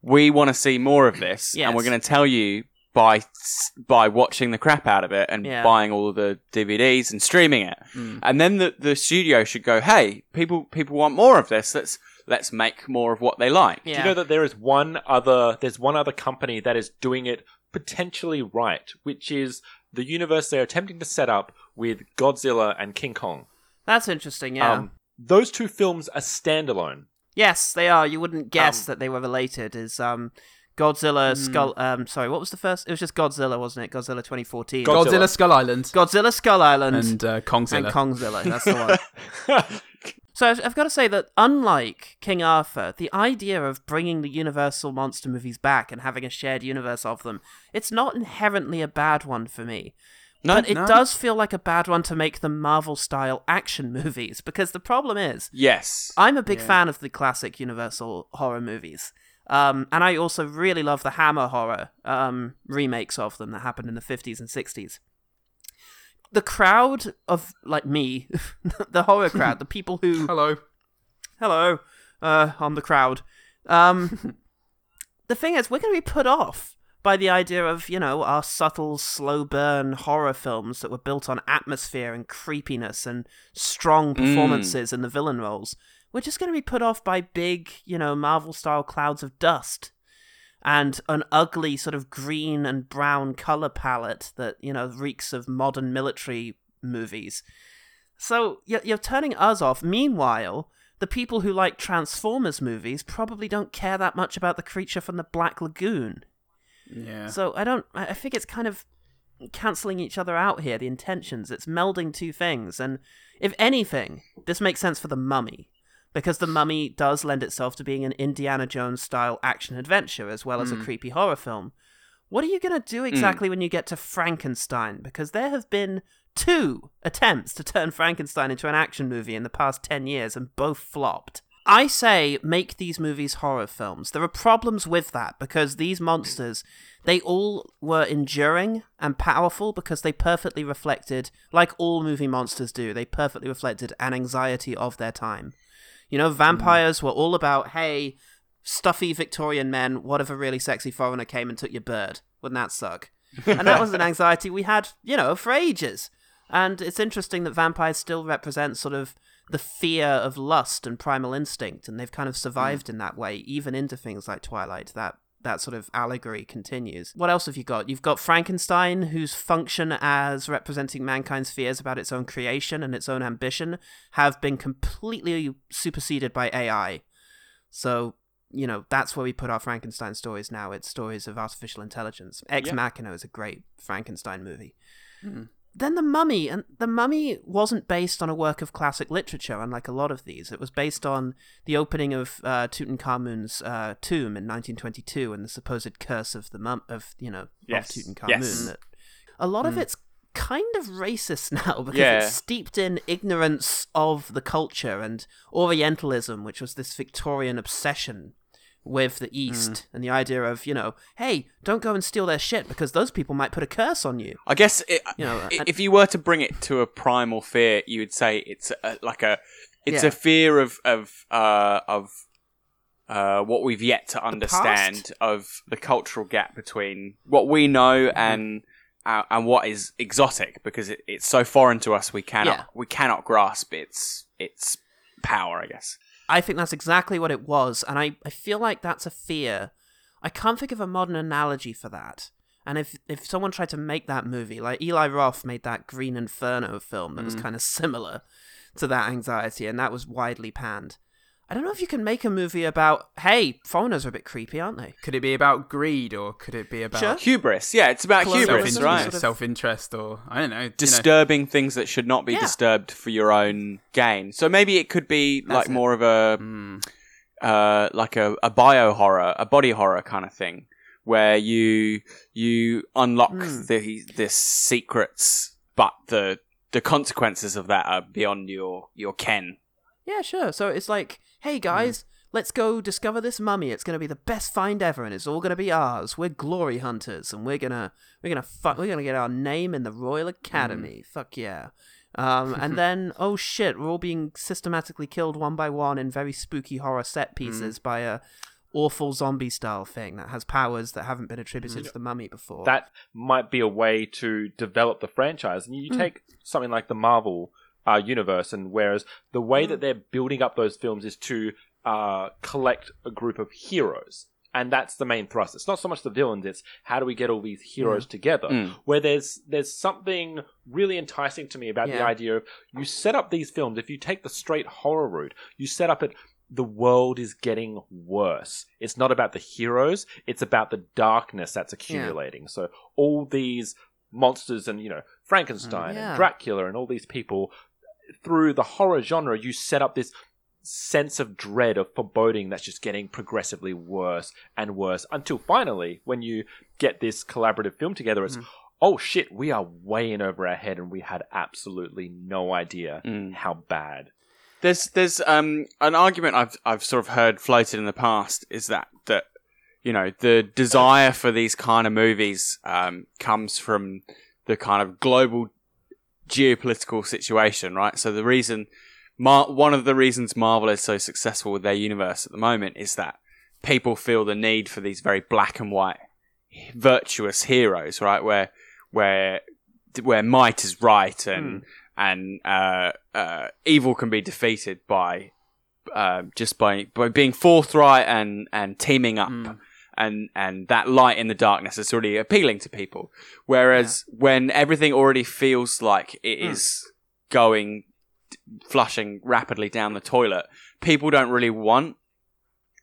Speaker 6: we want to see more of this, and we're
Speaker 2: Yes.
Speaker 6: going to tell you by s- by watching the crap out of it and
Speaker 2: Yeah. Hmm.
Speaker 6: buying all of the DVDs and streaming it." And then the the studio should go, "Hey, people people want more of this. Let's let's make more of what they like."
Speaker 4: Do you know that there is one other there's one other company that is doing it potentially right, which is the universe they're attempting to set up with Godzilla and King Kong. Um,
Speaker 2: That's interesting, yeah.
Speaker 6: Um,
Speaker 4: those two films are standalone.
Speaker 2: Yes, they are. You wouldn't guess that they were related. Is um, Godzilla Skull? Um, sorry, what was the first? It was just Godzilla, wasn't it? Godzilla 2014.
Speaker 3: Godzilla, Skull Island,
Speaker 2: Godzilla Skull Island
Speaker 3: and uh, Kongzilla.
Speaker 2: and Kongzilla. That's the one. So I've, I've got to say that unlike King Arthur, the idea of bringing the Universal monster movies back and having a shared universe of them, it's not inherently a bad one for me.
Speaker 6: No,
Speaker 2: but it
Speaker 6: no.
Speaker 2: does feel like a bad one to make them Marvel-style action movies because the problem is
Speaker 6: Yes.
Speaker 2: I'm a big
Speaker 6: Yeah.
Speaker 2: fan of the classic Universal horror movies. Um, and I also really love the Hammer horror um, remakes of them that happened in the 50s and 60s. The crowd of, like me, the horror crowd, the people who.
Speaker 3: Hello.
Speaker 2: Hello. Uh, I'm the crowd. Um, the thing is, we're going to be put off by the idea of, you know, our subtle, slow burn horror films that were built on atmosphere and creepiness and strong
Speaker 6: Mm.
Speaker 2: performances and the villain roles. We're just going to be put off by big, you know, Marvel style clouds of dust and an ugly sort of green and brown color palette that, you know, reeks of modern military movies. So you're, you're turning us off. Meanwhile, the people who like Transformers movies probably don't care that much about the creature from the Black Lagoon.
Speaker 3: Yeah.
Speaker 2: So I don't. I I think it's kind of cancelling each other out here. The intentions. It's melding two things. And if anything, this makes sense for the Mummy because the Mummy does lend itself to being an Indiana Jones style action adventure as well as a
Speaker 6: Mm.
Speaker 2: creepy horror film. What are you going to do exactly when you get to Frankenstein? Because there have been two attempts to turn Frankenstein into an action movie in the past 10 years and both flopped. I say make these movies horror films. There are problems with that because these monsters, they all were enduring and powerful because they perfectly reflected, like all movie monsters do, they perfectly reflected an anxiety of their time. You know, vampires were all about, hey, stuffy Victorian men, what if a really sexy foreigner came and took your bird? Wouldn't that suck? and that was an anxiety we had, you know, for ages. And it's interesting that vampires still represent sort of the fear of lust and primal instinct, and they've kind of survived in that way, even into things like Twilight. That that sort of allegory continues. What else have you got? You've got Frankenstein, whose function as representing mankind's fears about its own creation and its own ambition have been completely superseded by AI. So, you know, that's where we put our Frankenstein stories now. It's stories of artificial intelligence. Ex
Speaker 6: Yeah. Hmm.
Speaker 2: Machina is a great Frankenstein movie. Then The Mummy, and The Mummy wasn't based on a work of classic literature, unlike a lot of these. It was based on the opening of uh, Tutankhamun's uh, tomb in 1922 and the supposed curse of the mum of you know
Speaker 6: Yes.
Speaker 2: of Tutankhamun.
Speaker 6: Yes.
Speaker 2: That a lot of it's kind of racist now because
Speaker 6: Yeah.
Speaker 2: it's steeped in ignorance of the culture and Orientalism, which was this Victorian obsession with the East and the idea of, you know, hey, don't go and steal their shit because those people might put a curse on you.
Speaker 6: I guess it,
Speaker 2: You know,
Speaker 6: i-
Speaker 2: and-
Speaker 6: if you were to bring it to a primal fear, you would say it's a, like a it's
Speaker 2: Yeah.
Speaker 6: a fear of of uh, of uh, what we've yet to understand of the cultural gap between what we know
Speaker 2: Mm-hmm.
Speaker 6: and uh, and what is exotic because it, it's so foreign to us we cannot
Speaker 2: Yeah.
Speaker 6: we cannot grasp its its power. I guess.
Speaker 2: I think that's exactly what it was, and I, I feel like that's a fear. I can't think of a modern analogy for that. And if if someone tried to make that movie, like Eli Roth made that Green Inferno film that was
Speaker 6: Mm.
Speaker 2: kind of similar to that anxiety, and that was widely panned. I don't know if you can make a movie about hey, foreigners are a bit creepy, aren't they?
Speaker 3: Could it be about greed or could it be about
Speaker 2: Sure.
Speaker 6: Hubris, yeah, it's about hubris, right? Sort of-
Speaker 3: Self-interest or I don't know. you know.
Speaker 6: disturbing things that should not be
Speaker 3: Yeah.
Speaker 6: disturbed for your own gain. So maybe it could be like
Speaker 3: it. Mm.
Speaker 6: more of a uh, like a, a bio horror, a body horror kind of thing, where you you unlock
Speaker 3: Hmm.
Speaker 6: the the secrets, but the the consequences of that are beyond your your ken.
Speaker 2: Yeah, sure. So it's like, hey guys, let's go discover this mummy. It's gonna be the best find ever, and it's all gonna be ours. We're glory hunters, and we're gonna we're gonna fuck we're gonna get our name in the Royal Academy. Fuck yeah. Um, and then, oh shit, we're all being systematically killed one by one in very spooky horror set pieces by a awful zombie style thing that has powers that haven't been attributed to the mummy before.
Speaker 4: that might be a way to develop the franchise. And you
Speaker 2: Mm.
Speaker 4: take something like the Marvel uh, universe, and whereas the way that they're building up those films is to uh, collect a group of heroes. And that's the main thrust. It's not so much the villains; it's how do we get all these heroes together.
Speaker 6: Mm.
Speaker 4: Where there's there's something really enticing to me about the
Speaker 2: Yeah.
Speaker 4: idea of you set up these films. If you take the straight horror route, you set up it the world is getting worse. It's not about the heroes, it's about the darkness that's accumulating. So all these monsters and, you know, Frankenstein
Speaker 2: Yeah.
Speaker 4: and Dracula and all these people through the horror genre you set up this sense of dread of foreboding that's just getting progressively worse and worse until finally when you get this collaborative film together it's oh shit we are way in over our head and we had absolutely no idea how bad
Speaker 6: There's there's um an argument I've I've sort of heard floated in the past is that that you know the desire for these kind of movies um, comes from the kind of global geopolitical situation, right? So the reason Mar- one of the reasons Marvel is so successful with their universe at the moment is that people feel the need for these very black and white virtuous heroes, right? Where where where might is right and and uh, uh, evil can be defeated by uh, just by by being forthright and and teaming up. And, and that light in the darkness is really appealing to people. Whereas when everything already feels like it is going flushing rapidly down the toilet, people don't really want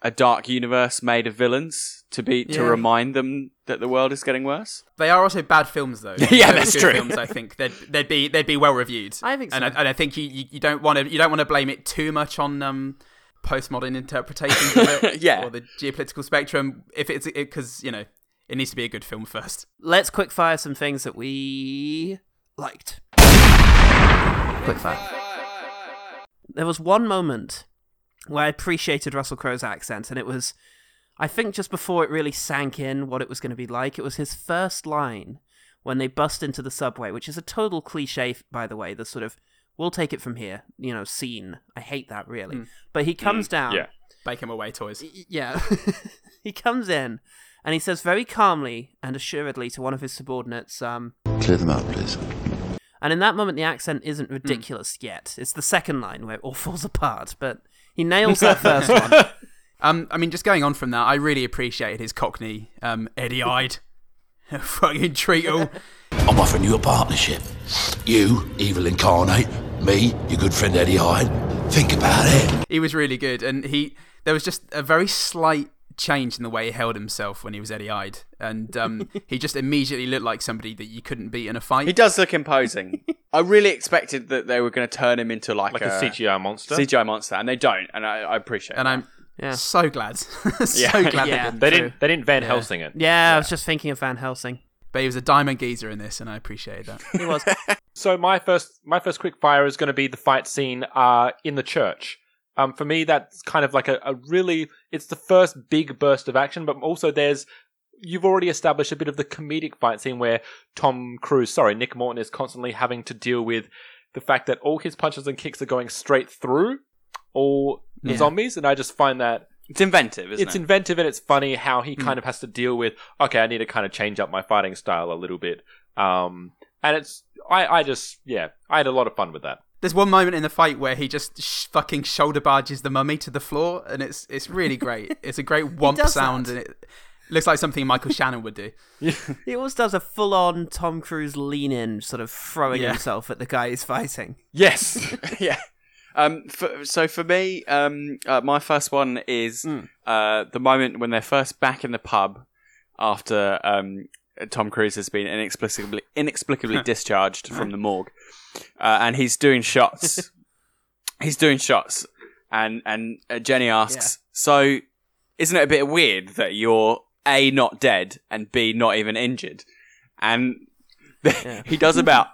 Speaker 6: a dark universe made of villains to be to
Speaker 3: Yeah.
Speaker 6: remind them that the world is getting worse.
Speaker 3: They are also bad films, though.
Speaker 6: Yeah,
Speaker 3: Those
Speaker 6: that's
Speaker 3: good
Speaker 6: true.
Speaker 3: Films, I think they'd, they'd be they'd be well reviewed.
Speaker 2: I think
Speaker 3: and
Speaker 2: so.
Speaker 3: I, and I think you, you, you don't want to you don't want to blame it too much on um postmodern interpretations of it,
Speaker 6: Yeah.
Speaker 3: or the geopolitical spectrum. If it's because you know it needs to be a good film first.
Speaker 2: Let's quick fire some things that we liked. Quick fire. There was one moment where I appreciated Russell Crowe's accent, and it was, I think, just before it really sank in what it was going to be like. It was his first line when they bust into the subway, which is a total cliche, by the way. The sort of "we'll take it from here," you know, scene. I hate that really, but he comes down.
Speaker 6: yeah.
Speaker 3: Bake him away, toys.
Speaker 2: Yeah. he comes in and he says very calmly and assuredly to one of his subordinates, um,
Speaker 7: Clear them out, please.
Speaker 2: and in that moment the accent isn't ridiculous yet. It's the second line where it all falls apart, but he nails that first one.
Speaker 3: Um, I mean, just going on from that, I really appreciated his Cockney, um, Eddie-eyed, fucking treacle.
Speaker 7: I'm offering you a partnership. You, evil incarnate. Me, your good friend Eddie Hyde. Think about it.
Speaker 3: He was really good, and he there was just a very slight change in the way he held himself when he was Eddie eyed, and um, he just immediately looked like somebody that you couldn't beat in a fight.
Speaker 6: He does look imposing. I really expected that they were going to turn him into like,
Speaker 4: like a cgi monster
Speaker 6: CGI monster, and they don't, and I, I appreciate.
Speaker 3: and
Speaker 6: that.
Speaker 3: I'm
Speaker 2: Yeah.
Speaker 3: so glad, so
Speaker 6: Yeah.
Speaker 3: glad
Speaker 2: Yeah.
Speaker 3: they didn't.
Speaker 4: they
Speaker 3: do.
Speaker 4: didn't they didn't van helsing it
Speaker 2: Yeah, I was just thinking of Van Helsing.
Speaker 3: But he was a diamond geezer in this, and I appreciated that.
Speaker 2: He was
Speaker 4: So my first my first quick fire is going to be the fight scene uh, in the church. Um, for me, that's kind of like a, a really it's the first big burst of action, but also there's you've already established a bit of the comedic fight scene where Tom Cruise, sorry, Nick Morton is constantly having to deal with the fact that all his punches and kicks are going straight through all the
Speaker 3: Yeah.
Speaker 4: zombies, and I just find that
Speaker 6: it's inventive, isn't
Speaker 4: it's
Speaker 6: it? Hmm.
Speaker 4: inventive and it's funny how he kind of has to deal with okay i need to kind of change up my fighting style a little bit um and it's i i just yeah i had a lot of fun with that
Speaker 3: There's one moment in the fight where he just sh- fucking shoulder barges the mummy to the floor, and it's it's really great. It's a great womp
Speaker 2: does
Speaker 3: sound,
Speaker 2: that.
Speaker 3: and it looks like something Michael Shannon would do.
Speaker 2: He always does a full on Tom Cruise lean in, sort of throwing
Speaker 6: Yeah.
Speaker 2: himself at the guy he's fighting.
Speaker 6: Yes. yeah. Um, for, so for me, um, uh, my first one is
Speaker 4: Hmm.
Speaker 6: uh, the moment when they're first back in the pub after um, Tom Cruise has been inexplicably inexplicably discharged from the morgue, uh, and he's doing shots. he's doing shots, and and uh, Jenny asks, "So, isn't it a bit weird that you're a not dead and b not even injured?" And he does about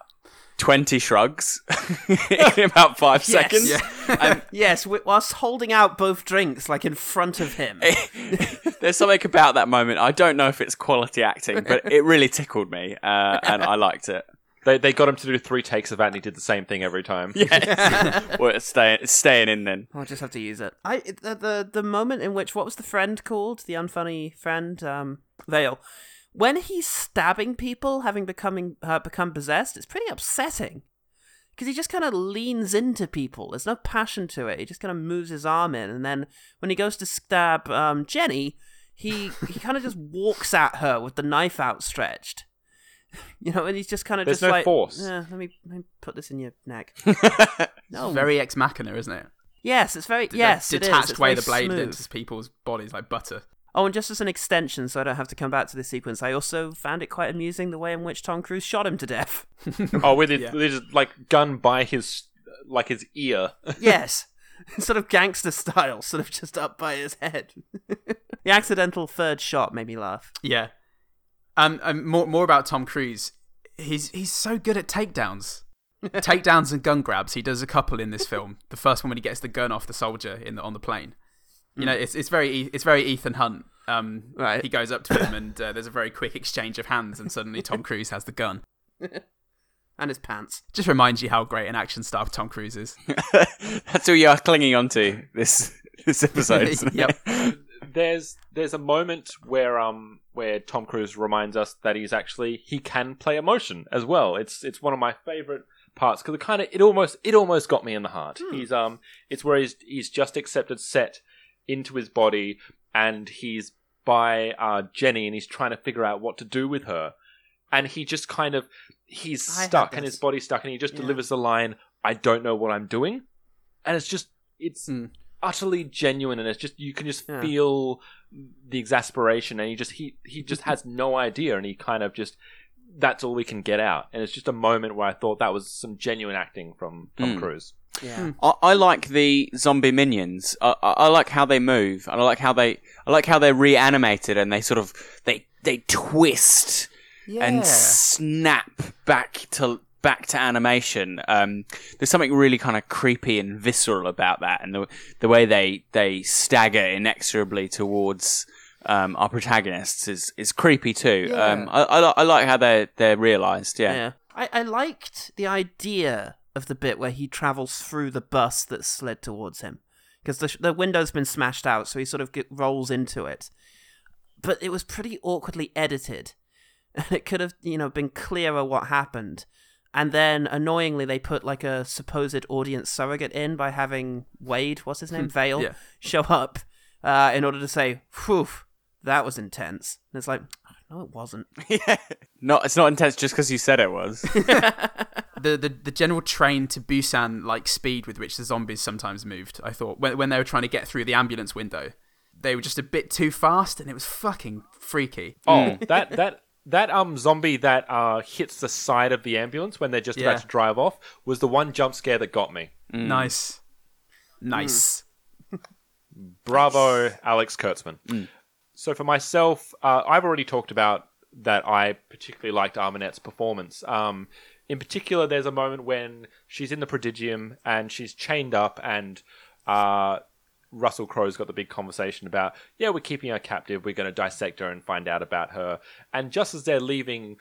Speaker 6: twenty shrugs in about five seconds.
Speaker 2: yes, wi- whilst holding out both drinks, like in front of him.
Speaker 6: There's something about that moment. I don't know if it's quality acting, but it really tickled me, uh, and I liked it.
Speaker 4: They, they got him to do three takes of that, and he did the same thing every time.
Speaker 6: Yes. well, it's staying, it's staying in then.
Speaker 2: I'll just have to use it. I the, the the moment in which what was the friend called the unfunny friend um Vale, when he's stabbing people, having becoming uh, become possessed, it's pretty upsetting because he just kind of leans into people. There's no passion to it. He just kind of moves his arm in, and then when he goes to stab um Jenny, he he kind of just walks at her with the knife outstretched. You know, and he's just kind of
Speaker 3: There's
Speaker 2: just
Speaker 3: no
Speaker 2: like,
Speaker 3: force.
Speaker 2: "Yeah, let me let me put this in your neck. No.
Speaker 3: It's very ex machina, isn't it?
Speaker 2: Yes, it's very
Speaker 3: The- the
Speaker 2: yes. it is.
Speaker 3: detached
Speaker 2: It's
Speaker 3: way
Speaker 2: very
Speaker 3: the blade
Speaker 2: smooth.
Speaker 3: enters people's bodies like butter.
Speaker 2: Oh, and just as an extension, so I don't have to come back to this sequence, I also found it quite amusing the way in which Tom Cruise shot him to death.
Speaker 4: oh, with his, with his, like gun by his like his ear.
Speaker 2: yes, sort of gangster style, sort of just up by his head. the accidental third shot made me laugh.
Speaker 3: Yeah. Um, and more more about Tom Cruise. He's he's so good at takedowns. takedowns and gun grabs. He does a couple in this film. The first one when he gets the gun off the soldier in the, on the plane. You know, it's it's very E- it's very Ethan Hunt. Um,
Speaker 2: right.
Speaker 3: He goes up to him and uh, there's a very quick exchange of hands, and suddenly Tom Cruise has the gun.
Speaker 2: and his pants.
Speaker 3: Just reminds you how great an action star Tom Cruise is.
Speaker 6: That's who you are clinging on to this this episode. Isn't
Speaker 3: Yep.
Speaker 6: It?
Speaker 4: there's there's a moment where um where Tom Cruise reminds us that he's actually he can play emotion as well. It's it's one of my favorite parts because it kind of it almost it almost got me in the heart.
Speaker 6: Hmm.
Speaker 4: He's um it's where he's he's just accepted set into his body and he's by uh, Jenny and he's trying to figure out what to do with her and he just kind of he's
Speaker 2: I had
Speaker 4: stuck and
Speaker 2: this.
Speaker 4: his body's stuck and he just
Speaker 2: Yeah.
Speaker 4: delivers the line I don't know what I'm doing and it's just it's utterly genuine and it's just you can just
Speaker 2: Hmm. Yeah.
Speaker 4: feel the exasperation and he just he he just has no idea and he kind of just that's all we can get out and it's just a moment where I thought that was some genuine acting from Tom
Speaker 2: Hmm.
Speaker 6: Mm.
Speaker 4: Cruise.
Speaker 2: Yeah.
Speaker 6: I, I like the zombie minions. I, I, I like how they move, and I like how they I like how they're reanimated, and they sort of they they twist
Speaker 2: Yeah.
Speaker 6: and snap back to back to animation. Um, there's something really kind of creepy and visceral about that, and the the way they they stagger inexorably towards. Um, our protagonists is, is creepy too. Um, I, I, li- I like how they're they're realised. Yeah.
Speaker 2: I, I liked the idea of the bit where he travels through the bus that slid towards him because the, sh- the window's been smashed out, so he sort of get, rolls into it. But it was pretty awkwardly edited, and it could have you know been clearer what happened. And then annoyingly, they put like a supposed audience surrogate in by having Wade, what's his name, Vale,
Speaker 3: Yeah.
Speaker 2: show up uh, in order to say, "Phew, that was intense." And it's like, no, it wasn't.
Speaker 6: Not it's not intense just because you said it was.
Speaker 3: the, the the general train to Busan like speed with which the zombies sometimes moved. I thought when when they were trying to get through the ambulance window, they were just a bit too fast, and it was fucking freaky.
Speaker 4: Oh, that that that um zombie that uh hits the side of the ambulance when they're just
Speaker 3: Yeah.
Speaker 4: about to drive off was the one jump scare that got me.
Speaker 3: nice, nice.
Speaker 4: Bravo, Alex Kurtzman. So for myself, uh, I've already talked about that I particularly liked Arminette's performance. Um, in particular, there's a moment when she's in the prodigium and she's chained up, and uh, Russell Crowe's got the big conversation about, yeah, we're keeping her captive, we're going to dissect her and find out about her. And just as they're leaving,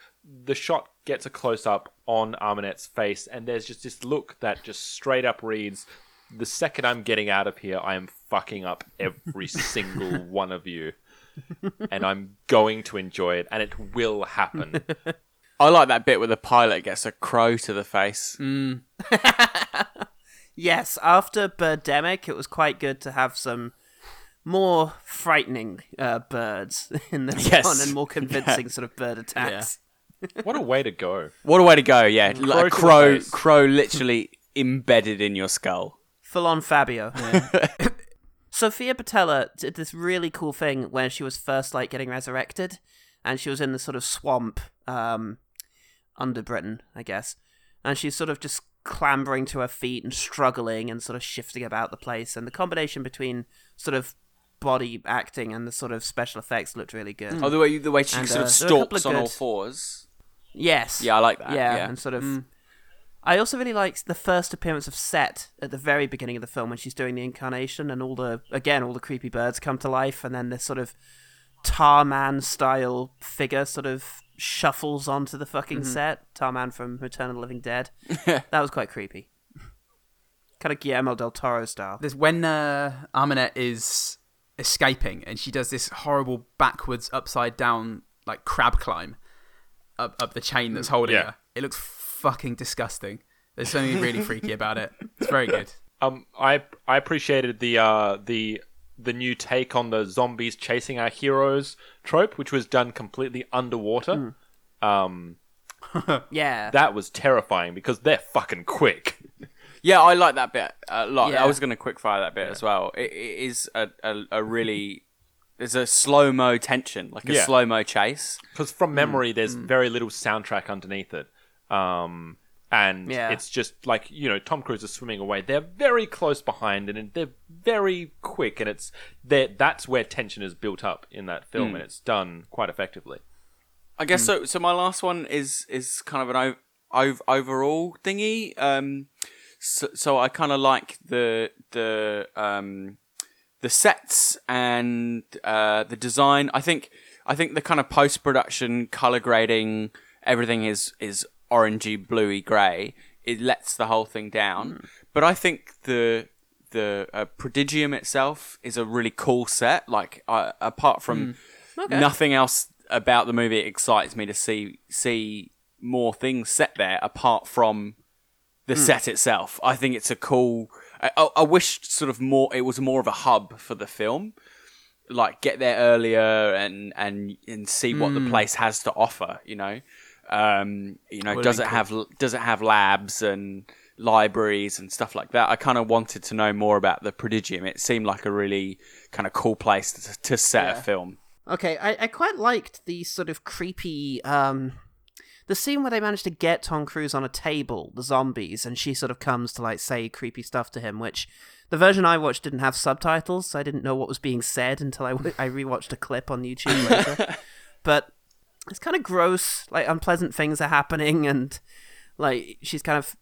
Speaker 4: the shot gets a close up on Arminette's face, and there's just this look that just straight up reads, the second I'm getting out of here, I am fucking up every single one of you. And I'm going to enjoy it, and it will happen.
Speaker 6: I like that bit where the pilot gets a crow to the face.
Speaker 2: Yes, after Birdemic, it was quite good to have some more frightening uh, birds in this
Speaker 6: Yes.
Speaker 2: one and more convincing
Speaker 6: Yeah.
Speaker 2: sort of bird attacks.
Speaker 4: What a way to go.
Speaker 6: What a way to go! Yeah,
Speaker 2: Mm.
Speaker 6: like a
Speaker 2: Crow to
Speaker 6: crow,
Speaker 2: the face.
Speaker 6: crow, literally embedded in your skull.
Speaker 2: Full on Fabio. Sophia Patella did this really cool thing when she was first like getting resurrected, and she was in the sort of swamp um, under Britain, I guess, and she's sort of just clambering to her feet and struggling and sort of shifting about the place, and the combination between sort of body acting and the sort of special effects looked really good.
Speaker 6: Oh, the way the way she
Speaker 2: And,
Speaker 6: sort
Speaker 2: uh,
Speaker 6: of
Speaker 2: there were a couple
Speaker 6: stalks on
Speaker 2: good-
Speaker 6: all fours.
Speaker 2: Yes.
Speaker 6: Yeah, I like that.
Speaker 2: Yeah,
Speaker 6: yeah. Mm.
Speaker 2: and sort of. I also really liked the first appearance of Set at the very beginning of the film when she's doing the incarnation and all the again all the creepy birds come to life and then this sort of tar man style figure sort of shuffles onto the fucking
Speaker 6: Mhm.
Speaker 2: set. Tar man from Return of the Living Dead. that was quite creepy. Kind of Guillermo del Toro style.
Speaker 3: There's when uh, Aminette is escaping and she does this horrible backwards, upside down, like crab climb up, up the chain that's holding
Speaker 4: Yeah.
Speaker 3: her. It looks fucking disgusting. There's something really freaky about it. It's very good.
Speaker 4: Um, I I appreciated the uh the the new take on the zombies chasing our heroes trope, which was done completely underwater. Um,
Speaker 2: Yeah.
Speaker 4: that was terrifying because they're fucking quick.
Speaker 6: Yeah, I like that bit a lot.
Speaker 2: Yeah.
Speaker 6: I was going to quick fire that bit as well. It, it is a, a, a really there's a slow mo tension, like a
Speaker 4: Yeah.
Speaker 6: slow mo chase.
Speaker 4: Because from memory, there's very little soundtrack underneath it. Um, and
Speaker 2: Yeah.
Speaker 4: it's just like, you know, Tom Cruise is swimming away. They're very close behind and they're very quick. And it's they're- that's where tension is built up in that film.
Speaker 6: Mm.
Speaker 4: And it's done quite effectively.
Speaker 6: I guess so. So my last one is is kind of an ov- ov- overall thingy. Um, so, so I kind of like the the um, the sets and uh, the design. I think I think the kind of post production color grading, everything is is orangey, bluey, grey. It lets the whole thing down. But I think the the uh, prodigium itself is a really cool set. Like uh, apart from
Speaker 2: Okay.
Speaker 6: nothing else about the movie excites me to see see more things set there apart from the
Speaker 4: Hmm.
Speaker 6: set itself. I think it's a cool. I, I, I wish sort of more. It was more of a hub for the film. Like get there earlier and and and see what the
Speaker 4: Hmm.
Speaker 3: Mm.
Speaker 6: place has to offer. You know, um, you know,
Speaker 3: Would've
Speaker 6: does
Speaker 3: been
Speaker 6: it have does it have labs and libraries and stuff like that? I kind of wanted to know more about the Prodigium. It seemed like a really kind of cool place to, to set a
Speaker 2: Yeah.
Speaker 6: film.
Speaker 2: Okay, I, I quite liked the sort of creepy um the scene where they managed to get Tom Cruise on a table, the zombies, and she sort of comes to like say creepy stuff to him, which the version I watched didn't have subtitles, so I didn't know what was being said until I, w- I rewatched a clip on YouTube later. but it's kind of gross, like unpleasant things are happening, and like she's kind of,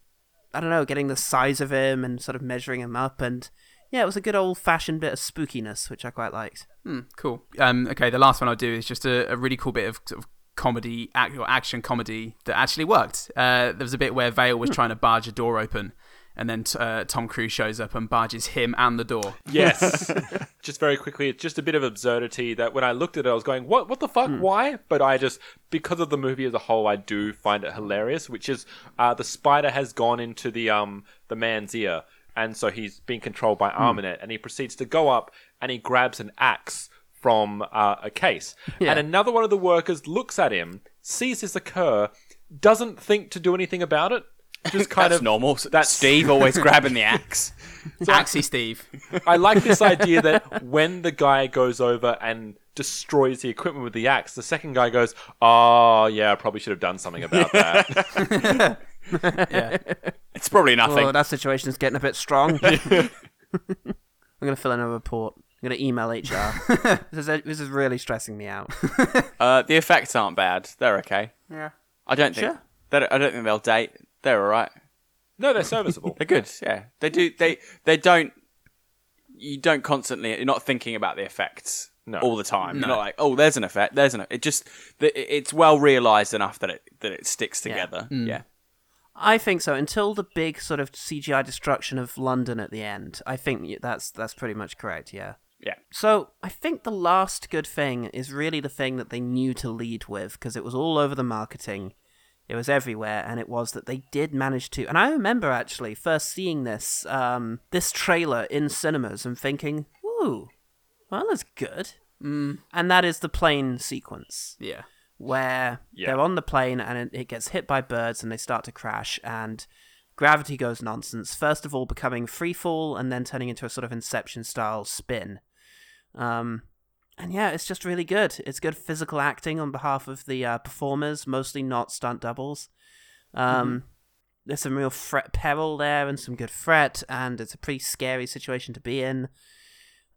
Speaker 2: I don't know, getting the size of him and sort of measuring him up, and yeah, it was a good old fashioned bit of spookiness, which I quite liked.
Speaker 3: Hmm, cool. Um, okay, the last one I'll do is just a, a really cool bit of, sort of comedy, act, or action comedy that actually worked. Uh, there was a bit where Vale was trying to barge a door open, and then t- uh, Tom Cruise shows up and barges him and the door.
Speaker 4: Yes. just very quickly, it's just a bit of absurdity that when I looked at it, I was going, "What? What the fuck?
Speaker 6: Hmm.
Speaker 4: Why?" But I just, because of the movie as a whole, I do find it hilarious. Which is, uh, the spider has gone into the um the man's ear, and so he's being controlled by
Speaker 6: Hmm.
Speaker 4: Arminet, and he proceeds to go up and he grabs an axe from uh, a case,
Speaker 2: Yeah.
Speaker 4: and another one of the workers looks at him, sees this occur, doesn't think to do anything about it. Just kind
Speaker 6: That's
Speaker 4: of
Speaker 6: normal.
Speaker 4: That's
Speaker 6: Steve always grabbing the axe.
Speaker 3: Axie Steve.
Speaker 4: I like this idea that when the guy goes over and destroys the equipment with the axe, the second guy goes, "Oh yeah, I probably should have done something about that."
Speaker 6: It's probably nothing.
Speaker 2: Oh, that situation's getting a bit strong. I'm gonna fill in a report. I'm gonna email HR. this, is, this is really stressing me out.
Speaker 6: Uh, the effects aren't bad. They're okay.
Speaker 2: Yeah.
Speaker 6: I don't think.
Speaker 2: Sure.
Speaker 6: They, I don't think they'll date. They're all right.
Speaker 4: no, they're serviceable.
Speaker 6: They're good. Yeah. They do. They they don't. You don't constantly. You're not thinking about the effects
Speaker 4: No.
Speaker 6: all the time.
Speaker 3: No.
Speaker 6: You're not like, oh, there's an effect. There's an. It just. the- it- It's well realized enough that it that it sticks together. Yeah.
Speaker 2: I think so. Until the big sort of CGI destruction of London at the end, I think y- that's that's pretty much correct. Yeah.
Speaker 6: Yeah.
Speaker 2: So I think the last good thing is really the thing that they knew to lead with because it was all over the marketing, it was everywhere, and it was that they did manage to. And I remember actually first seeing this um, this trailer in cinemas and thinking, "Ooh, Well, that's good.
Speaker 3: Mm.
Speaker 2: And that is the plane sequence.
Speaker 3: Yeah.
Speaker 2: Where
Speaker 3: Yeah.
Speaker 2: they're on the plane and it, it gets hit by birds and they start to crash and gravity goes nonsense. First of all, becoming free fall and then turning into a sort of inception style spin. Um, and yeah, it's just really good. It's good physical acting on behalf of the uh, performers, mostly not stunt doubles. Um, There's some real fret peril there and some good fret, and it's a pretty scary situation to be in.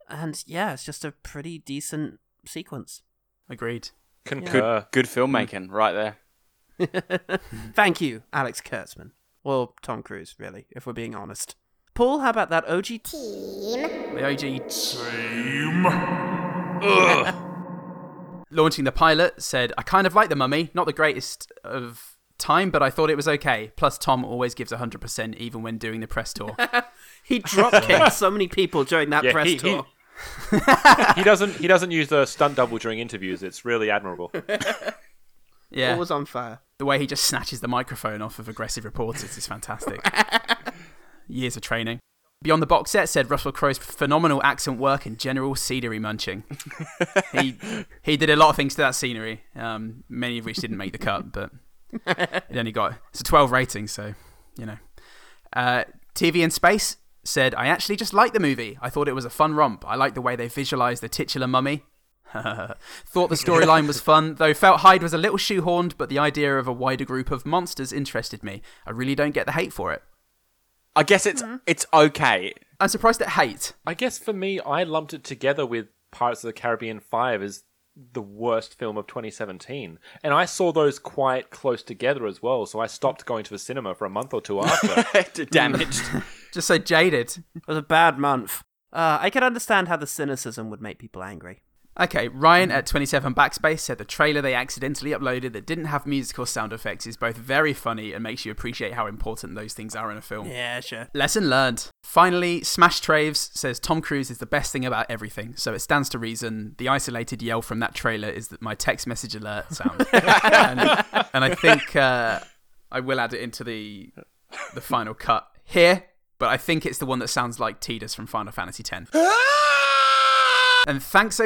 Speaker 2: And yeah, it's just a pretty decent sequence.
Speaker 3: Agreed.
Speaker 6: Good, good filmmaking right there.
Speaker 2: Thank you, Alex Kurtzman. Or Tom Cruise, really, if we're being honest. Paul, how about that OG team?
Speaker 3: The OG team. Launching the pilot said, I kind of like the mummy, not the greatest of time, but I thought it was okay. Plus, Tom always gives 100% even when doing the press tour.
Speaker 2: he drop kicked so many people during that
Speaker 4: Yeah,
Speaker 2: press
Speaker 4: he- he-
Speaker 2: tour.
Speaker 4: he doesn't. He doesn't use the stunt double during interviews. It's really admirable.
Speaker 3: Yeah.
Speaker 2: Always on fire.
Speaker 3: The way he just snatches the microphone off of aggressive reporters is fantastic. Years of training. Beyond the box set said Russell Crowe's phenomenal accent work and general scenery munching. he he did a lot of things to that scenery, um, many of which didn't make the cut, but it only got it's a 12 rating, so you know. Uh, TV in Space said I actually just liked the movie. I thought it was a fun romp. I liked the way they visualized the titular mummy. Thought the storyline was fun, though felt Hyde was a little shoehorned, but the idea of a wider group of monsters interested me. I really don't get the hate for it.
Speaker 6: I guess it's it's okay.
Speaker 3: I'm surprised at hate.
Speaker 4: I guess for me, I lumped it together with Pirates of the Caribbean Five as the worst film of 2017, and I saw those quite close together as well. So I stopped going to the cinema for a month or two after.
Speaker 6: Damaged.
Speaker 3: Just so jaded.
Speaker 2: It was a bad month. Uh, I can understand how the cynicism would make people angry.
Speaker 3: Okay,
Speaker 2: Mm-hmm.
Speaker 3: Ryan at 27 Backspace said the trailer they accidentally uploaded that didn't have music or sound effects is both very funny and makes you appreciate how important those things are in a film.
Speaker 2: Yeah, sure.
Speaker 3: Lesson learned. Finally, Smash Traves says Tom Cruise is the best thing about everything, so it stands to reason the isolated yell from that trailer is that my text message alert sound. and, and I think uh, I will add it into the the final cut here, but I think it's the one that sounds like Tidus from Final Fantasy X. and thanks,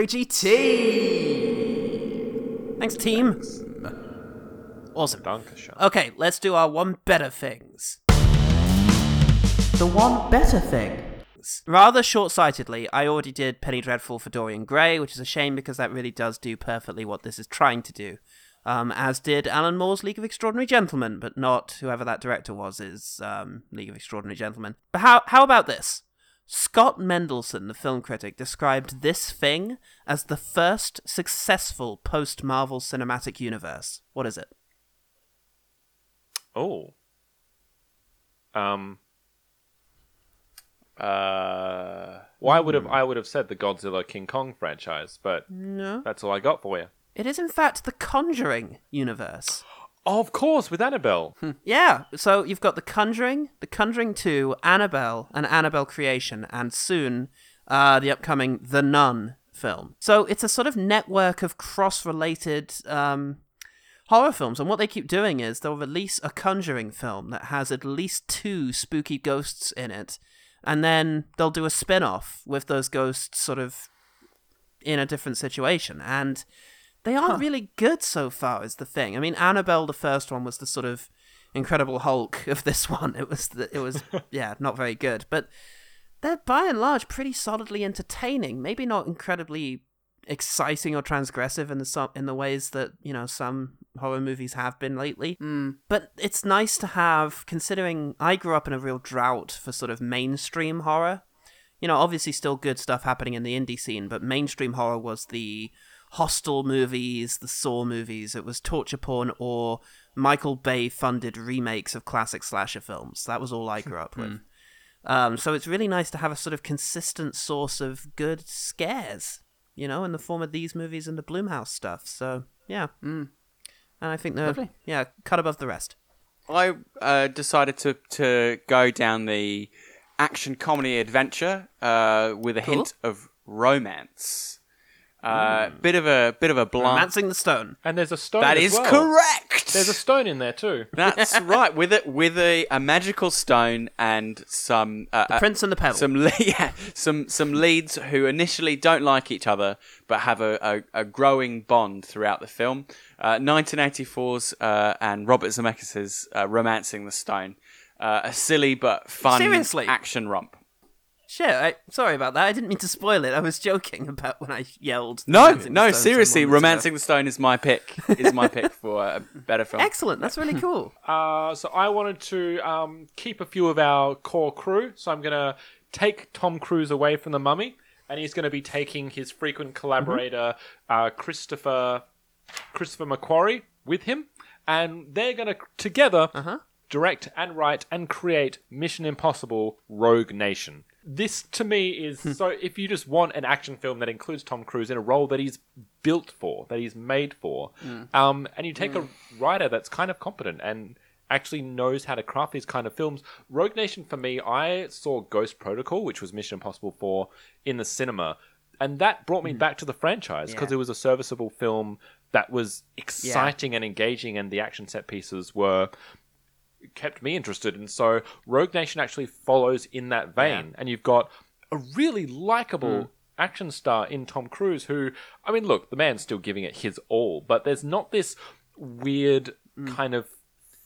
Speaker 3: OGT!
Speaker 2: Thanks, team. Awesome.
Speaker 4: Dankeschön.
Speaker 2: Okay, let's do our one better things. The one better thing. Rather short sightedly, I already did Penny Dreadful for Dorian Gray, which is a shame because that really does do perfectly what this is trying to do. Um, as did Alan Moore's League of Extraordinary Gentlemen, but not whoever that director was is um, League of Extraordinary Gentlemen. But how, how about this? Scott Mendelson, the film critic, described this thing as the first successful post Marvel cinematic universe. What is it?
Speaker 4: Oh. Um. Uh. Why would have I would have said the Godzilla King Kong franchise, but
Speaker 2: No.
Speaker 4: that's all I got for you.
Speaker 2: It is, in fact, the Conjuring universe.
Speaker 4: Of course, with Annabelle.
Speaker 2: Yeah, so you've got The Conjuring, The Conjuring 2, Annabelle, and Annabelle Creation, and soon uh, the upcoming The Nun film. So it's a sort of network of cross related um, horror films. And what they keep doing is they'll release a Conjuring film that has at least two spooky ghosts in it, and then they'll do a spin off with those ghosts sort of in a different situation. And they aren't really good so far, is the thing. I mean, Annabelle, the first one, was the sort of Incredible Hulk of this one. It was, the, it was, yeah, not very good. But they're by and large pretty solidly entertaining. Maybe not incredibly exciting or transgressive in the so- in the ways that you know some horror movies have been lately.
Speaker 3: Mm.
Speaker 2: But it's nice to have, considering I grew up in a real drought for sort of mainstream horror. You know, obviously still good stuff happening in the indie scene, but mainstream horror was the Hostel movies, the Saw movies. It was torture porn or Michael Bay funded remakes of classic slasher films. That was all I grew up with. Um, so it's really nice to have a sort of consistent source of good scares, you know, in the form of these movies and the Bloomhouse stuff. So yeah,
Speaker 3: mm.
Speaker 2: and I think they're
Speaker 3: Lovely.
Speaker 2: yeah cut above the rest.
Speaker 6: I uh, decided to to go down the action comedy adventure uh, with a hint of romance. Uh, Bit of a bit of a blunt.
Speaker 2: Romancing the stone.
Speaker 4: And there's a stone.
Speaker 6: That
Speaker 4: Hmm. as
Speaker 6: is
Speaker 4: well.
Speaker 6: correct.
Speaker 4: There's a stone in there too.
Speaker 6: That's right. With it, with a, a magical stone and some uh, the
Speaker 2: prince and the pebble.
Speaker 6: Some le- yeah, some some leads who initially don't like each other but have a, a, a growing bond throughout the film. Uh, 1984's uh, and Robert Zemeckis's uh, *Romancing the Stone*, uh, a silly but fun
Speaker 2: Seriously?
Speaker 6: action romp.
Speaker 2: Shit, I, sorry about that. I didn't mean to spoil it. I was joking about when I yelled.
Speaker 6: No,
Speaker 2: Romancing the
Speaker 6: no,
Speaker 2: Stone some
Speaker 6: seriously,
Speaker 2: moments ago.
Speaker 6: *Romancing the Stone* is my pick. Is my pick for a better film.
Speaker 2: Excellent. That's really cool.
Speaker 4: Uh, so I wanted to um, keep a few of our core crew. So I'm going to take Tom Cruise away from the Mummy, and he's going to be taking his frequent collaborator uh, Christopher Christopher McQuarrie with him, and they're going to together direct and write and create Mission Impossible: Rogue Nation. This to me is so. If you just want an action film that includes Tom Cruise in a role that he's built for, that he's made for, um, and you take a writer that's kind of competent and actually knows how to craft these kind of films. Rogue Nation for me, I saw Ghost Protocol, which was Mission Impossible 4, in the cinema, and that brought me back to the franchise because
Speaker 2: Yeah.
Speaker 4: it was a serviceable film that was exciting and engaging, and the action set pieces were kept me interested. And so Rogue Nation actually follows in that vein. And you've got a really likable action star in Tom Cruise who, I mean, look, the man's still giving it his all, but there's not this weird kind of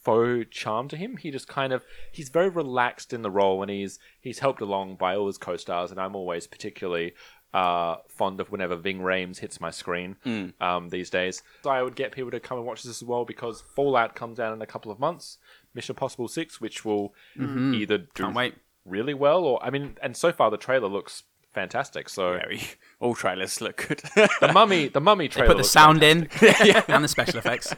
Speaker 4: faux charm to him. He just kind of he's very relaxed in the role and he's he's helped along by all his co-stars and I'm always particularly uh, fond of whenever Ving Rhames hits my screen um, these days. So I would get people to come and watch this as well because Fallout comes out in a couple of months. Mission Impossible Six, which will either do
Speaker 3: Mm-hmm. Can't wait.
Speaker 4: really well or I mean, and so far the trailer looks fantastic. So
Speaker 6: All trailers look good.
Speaker 4: the Mummy, the Mummy
Speaker 3: They
Speaker 4: trailer.
Speaker 3: put the
Speaker 4: looks
Speaker 3: sound in
Speaker 6: Yeah.
Speaker 3: and the special effects.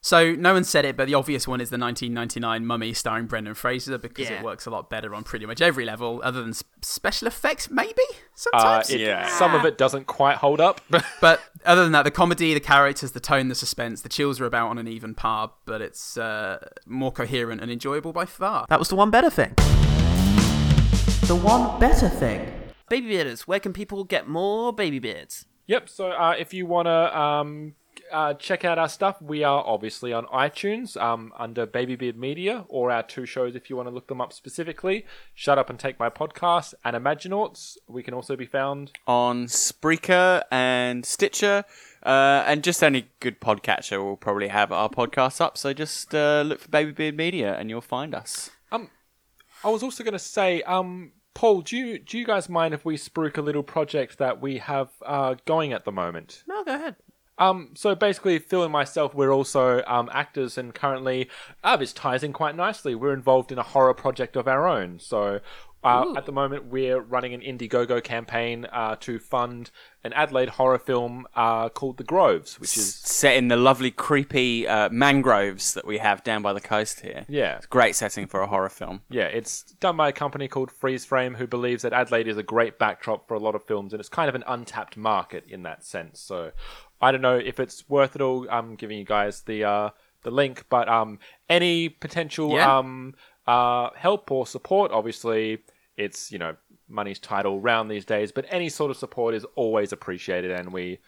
Speaker 3: So no one said it, but the obvious one is the 1999 Mummy starring Brendan Fraser because
Speaker 2: Yeah.
Speaker 3: it works a lot better on pretty much every level, other than s- special effects, maybe
Speaker 4: Uh,
Speaker 3: sometimes.
Speaker 4: it- Some of it doesn't quite hold up.
Speaker 3: But other than that, the comedy, the characters, the tone, the suspense, the chills are about on an even par, but it's uh, more coherent and enjoyable by far.
Speaker 2: That was the one better thing. The one better thing. Baby Bearders, where can people get more Baby Beards?
Speaker 4: Yep. So uh, if you want to um, uh, check out our stuff, we are obviously on iTunes um, under Baby Beard Media, or our two shows if you want to look them up specifically. Shut up and take my podcast and Imaginauts. We can also be found.
Speaker 6: on Spreaker and Stitcher, uh, and just any good podcatcher will probably have our podcast up. So just uh, look for Baby Beard Media, and you'll find us.
Speaker 4: I was also going to say, um, Paul, do you do you guys mind if we spruik a little project that we have uh, going at the moment?
Speaker 2: No, go ahead.
Speaker 4: Um, so basically, Phil and myself, we're also um, actors, and currently, ah, this ties in quite nicely. We're involved in a horror project of our own. So uh, at the moment, we're running an Indiegogo campaign uh, to fund an Adelaide horror film uh, called The Groves, which is
Speaker 6: Set in the lovely, creepy uh, mangroves that we have down by the coast here.
Speaker 4: yeah,
Speaker 6: It's a great setting for a horror film.
Speaker 4: Yeah, it's done by a company called Freeze Frame, who believes that Adelaide is a great backdrop for a lot of films, and it's kind of an untapped market in that sense. So, I don't know if it's worth it all. I'm giving you guys the uh, the link, but um, any potential
Speaker 3: Yeah.
Speaker 4: um, uh, help or support, obviously, it's you know money's tied all round these days, but any sort of support is always appreciated, and we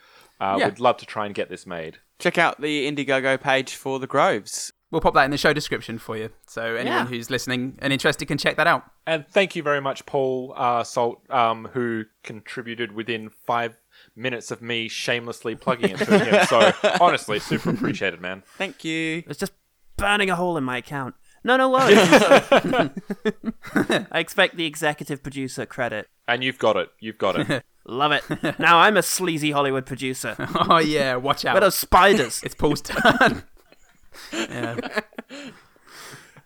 Speaker 4: uh,
Speaker 6: Yeah.
Speaker 4: would love to try and get this made.
Speaker 6: Check out the Indiegogo page for the Groves.
Speaker 3: We'll pop that in the show description for you, so anyone
Speaker 2: Yeah.
Speaker 3: who's listening and interested can check that out.
Speaker 4: And thank you very much, Paul uh, Salt, um, who contributed within five minutes of me shamelessly plugging it to him. So honestly, super appreciated, man.
Speaker 6: Thank you.
Speaker 2: It's just burning a hole in my account. No, no worries. I expect the executive producer credit.
Speaker 4: And you've got it. You've got it.
Speaker 2: Love it. Now I'm a sleazy Hollywood producer.
Speaker 3: Oh yeah, watch out!
Speaker 2: Where those spiders?
Speaker 3: It's Paul's turn.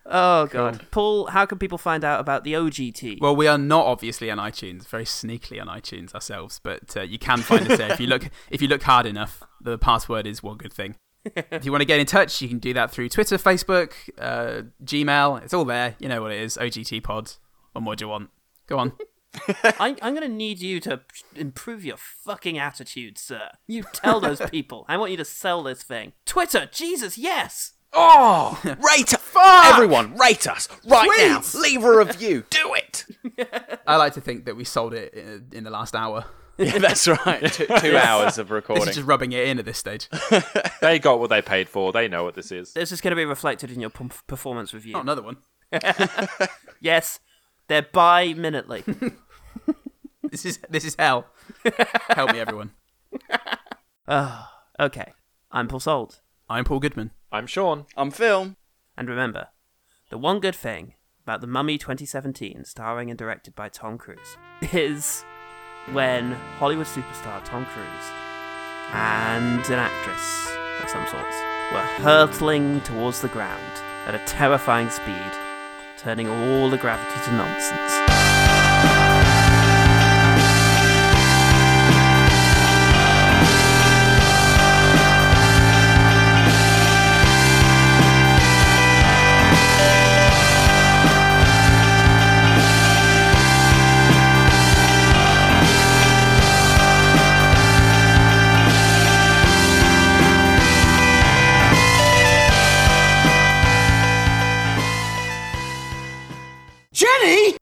Speaker 2: Oh god. Paul, how can people find out about the OGT?
Speaker 3: Well, we are not obviously on iTunes, very sneakily on iTunes ourselves, but uh, you can find us there if you look. If you look hard enough, the password is one good thing. if you want to get in touch, you can do that through Twitter, Facebook, uh, Gmail. It's all there. You know what it is. OGT Pod. What more do you want? Go on.
Speaker 2: I, I'm going to need you to improve your fucking attitude, sir. You tell those people. I want you to sell this thing. Twitter, Jesus, yes.
Speaker 6: Oh, rate us! Everyone, rate us right now. Leave a review. Do it.
Speaker 3: I like to think that we sold it uh, in, in the last hour.
Speaker 6: Yeah, that's right. two two hours of recording.
Speaker 3: This is just rubbing it in at this stage.
Speaker 4: they got what they paid for. They know what this is.
Speaker 2: This is going to be reflected in your p- performance review.
Speaker 3: Not another one.
Speaker 2: yes, they're bi-minutely.
Speaker 3: This is this is hell. Help me, everyone.
Speaker 2: oh, okay. I'm Paul Sold.
Speaker 3: I'm Paul Goodman.
Speaker 4: I'm Sean.
Speaker 6: I'm Phil.
Speaker 2: And remember, the one good thing about The Mummy 2017, starring and directed by Tom Cruise, is when Hollywood superstar Tom Cruise and an actress of some sorts were hurtling towards the ground at a terrifying speed, turning all the gravity to nonsense.
Speaker 12: Jenny!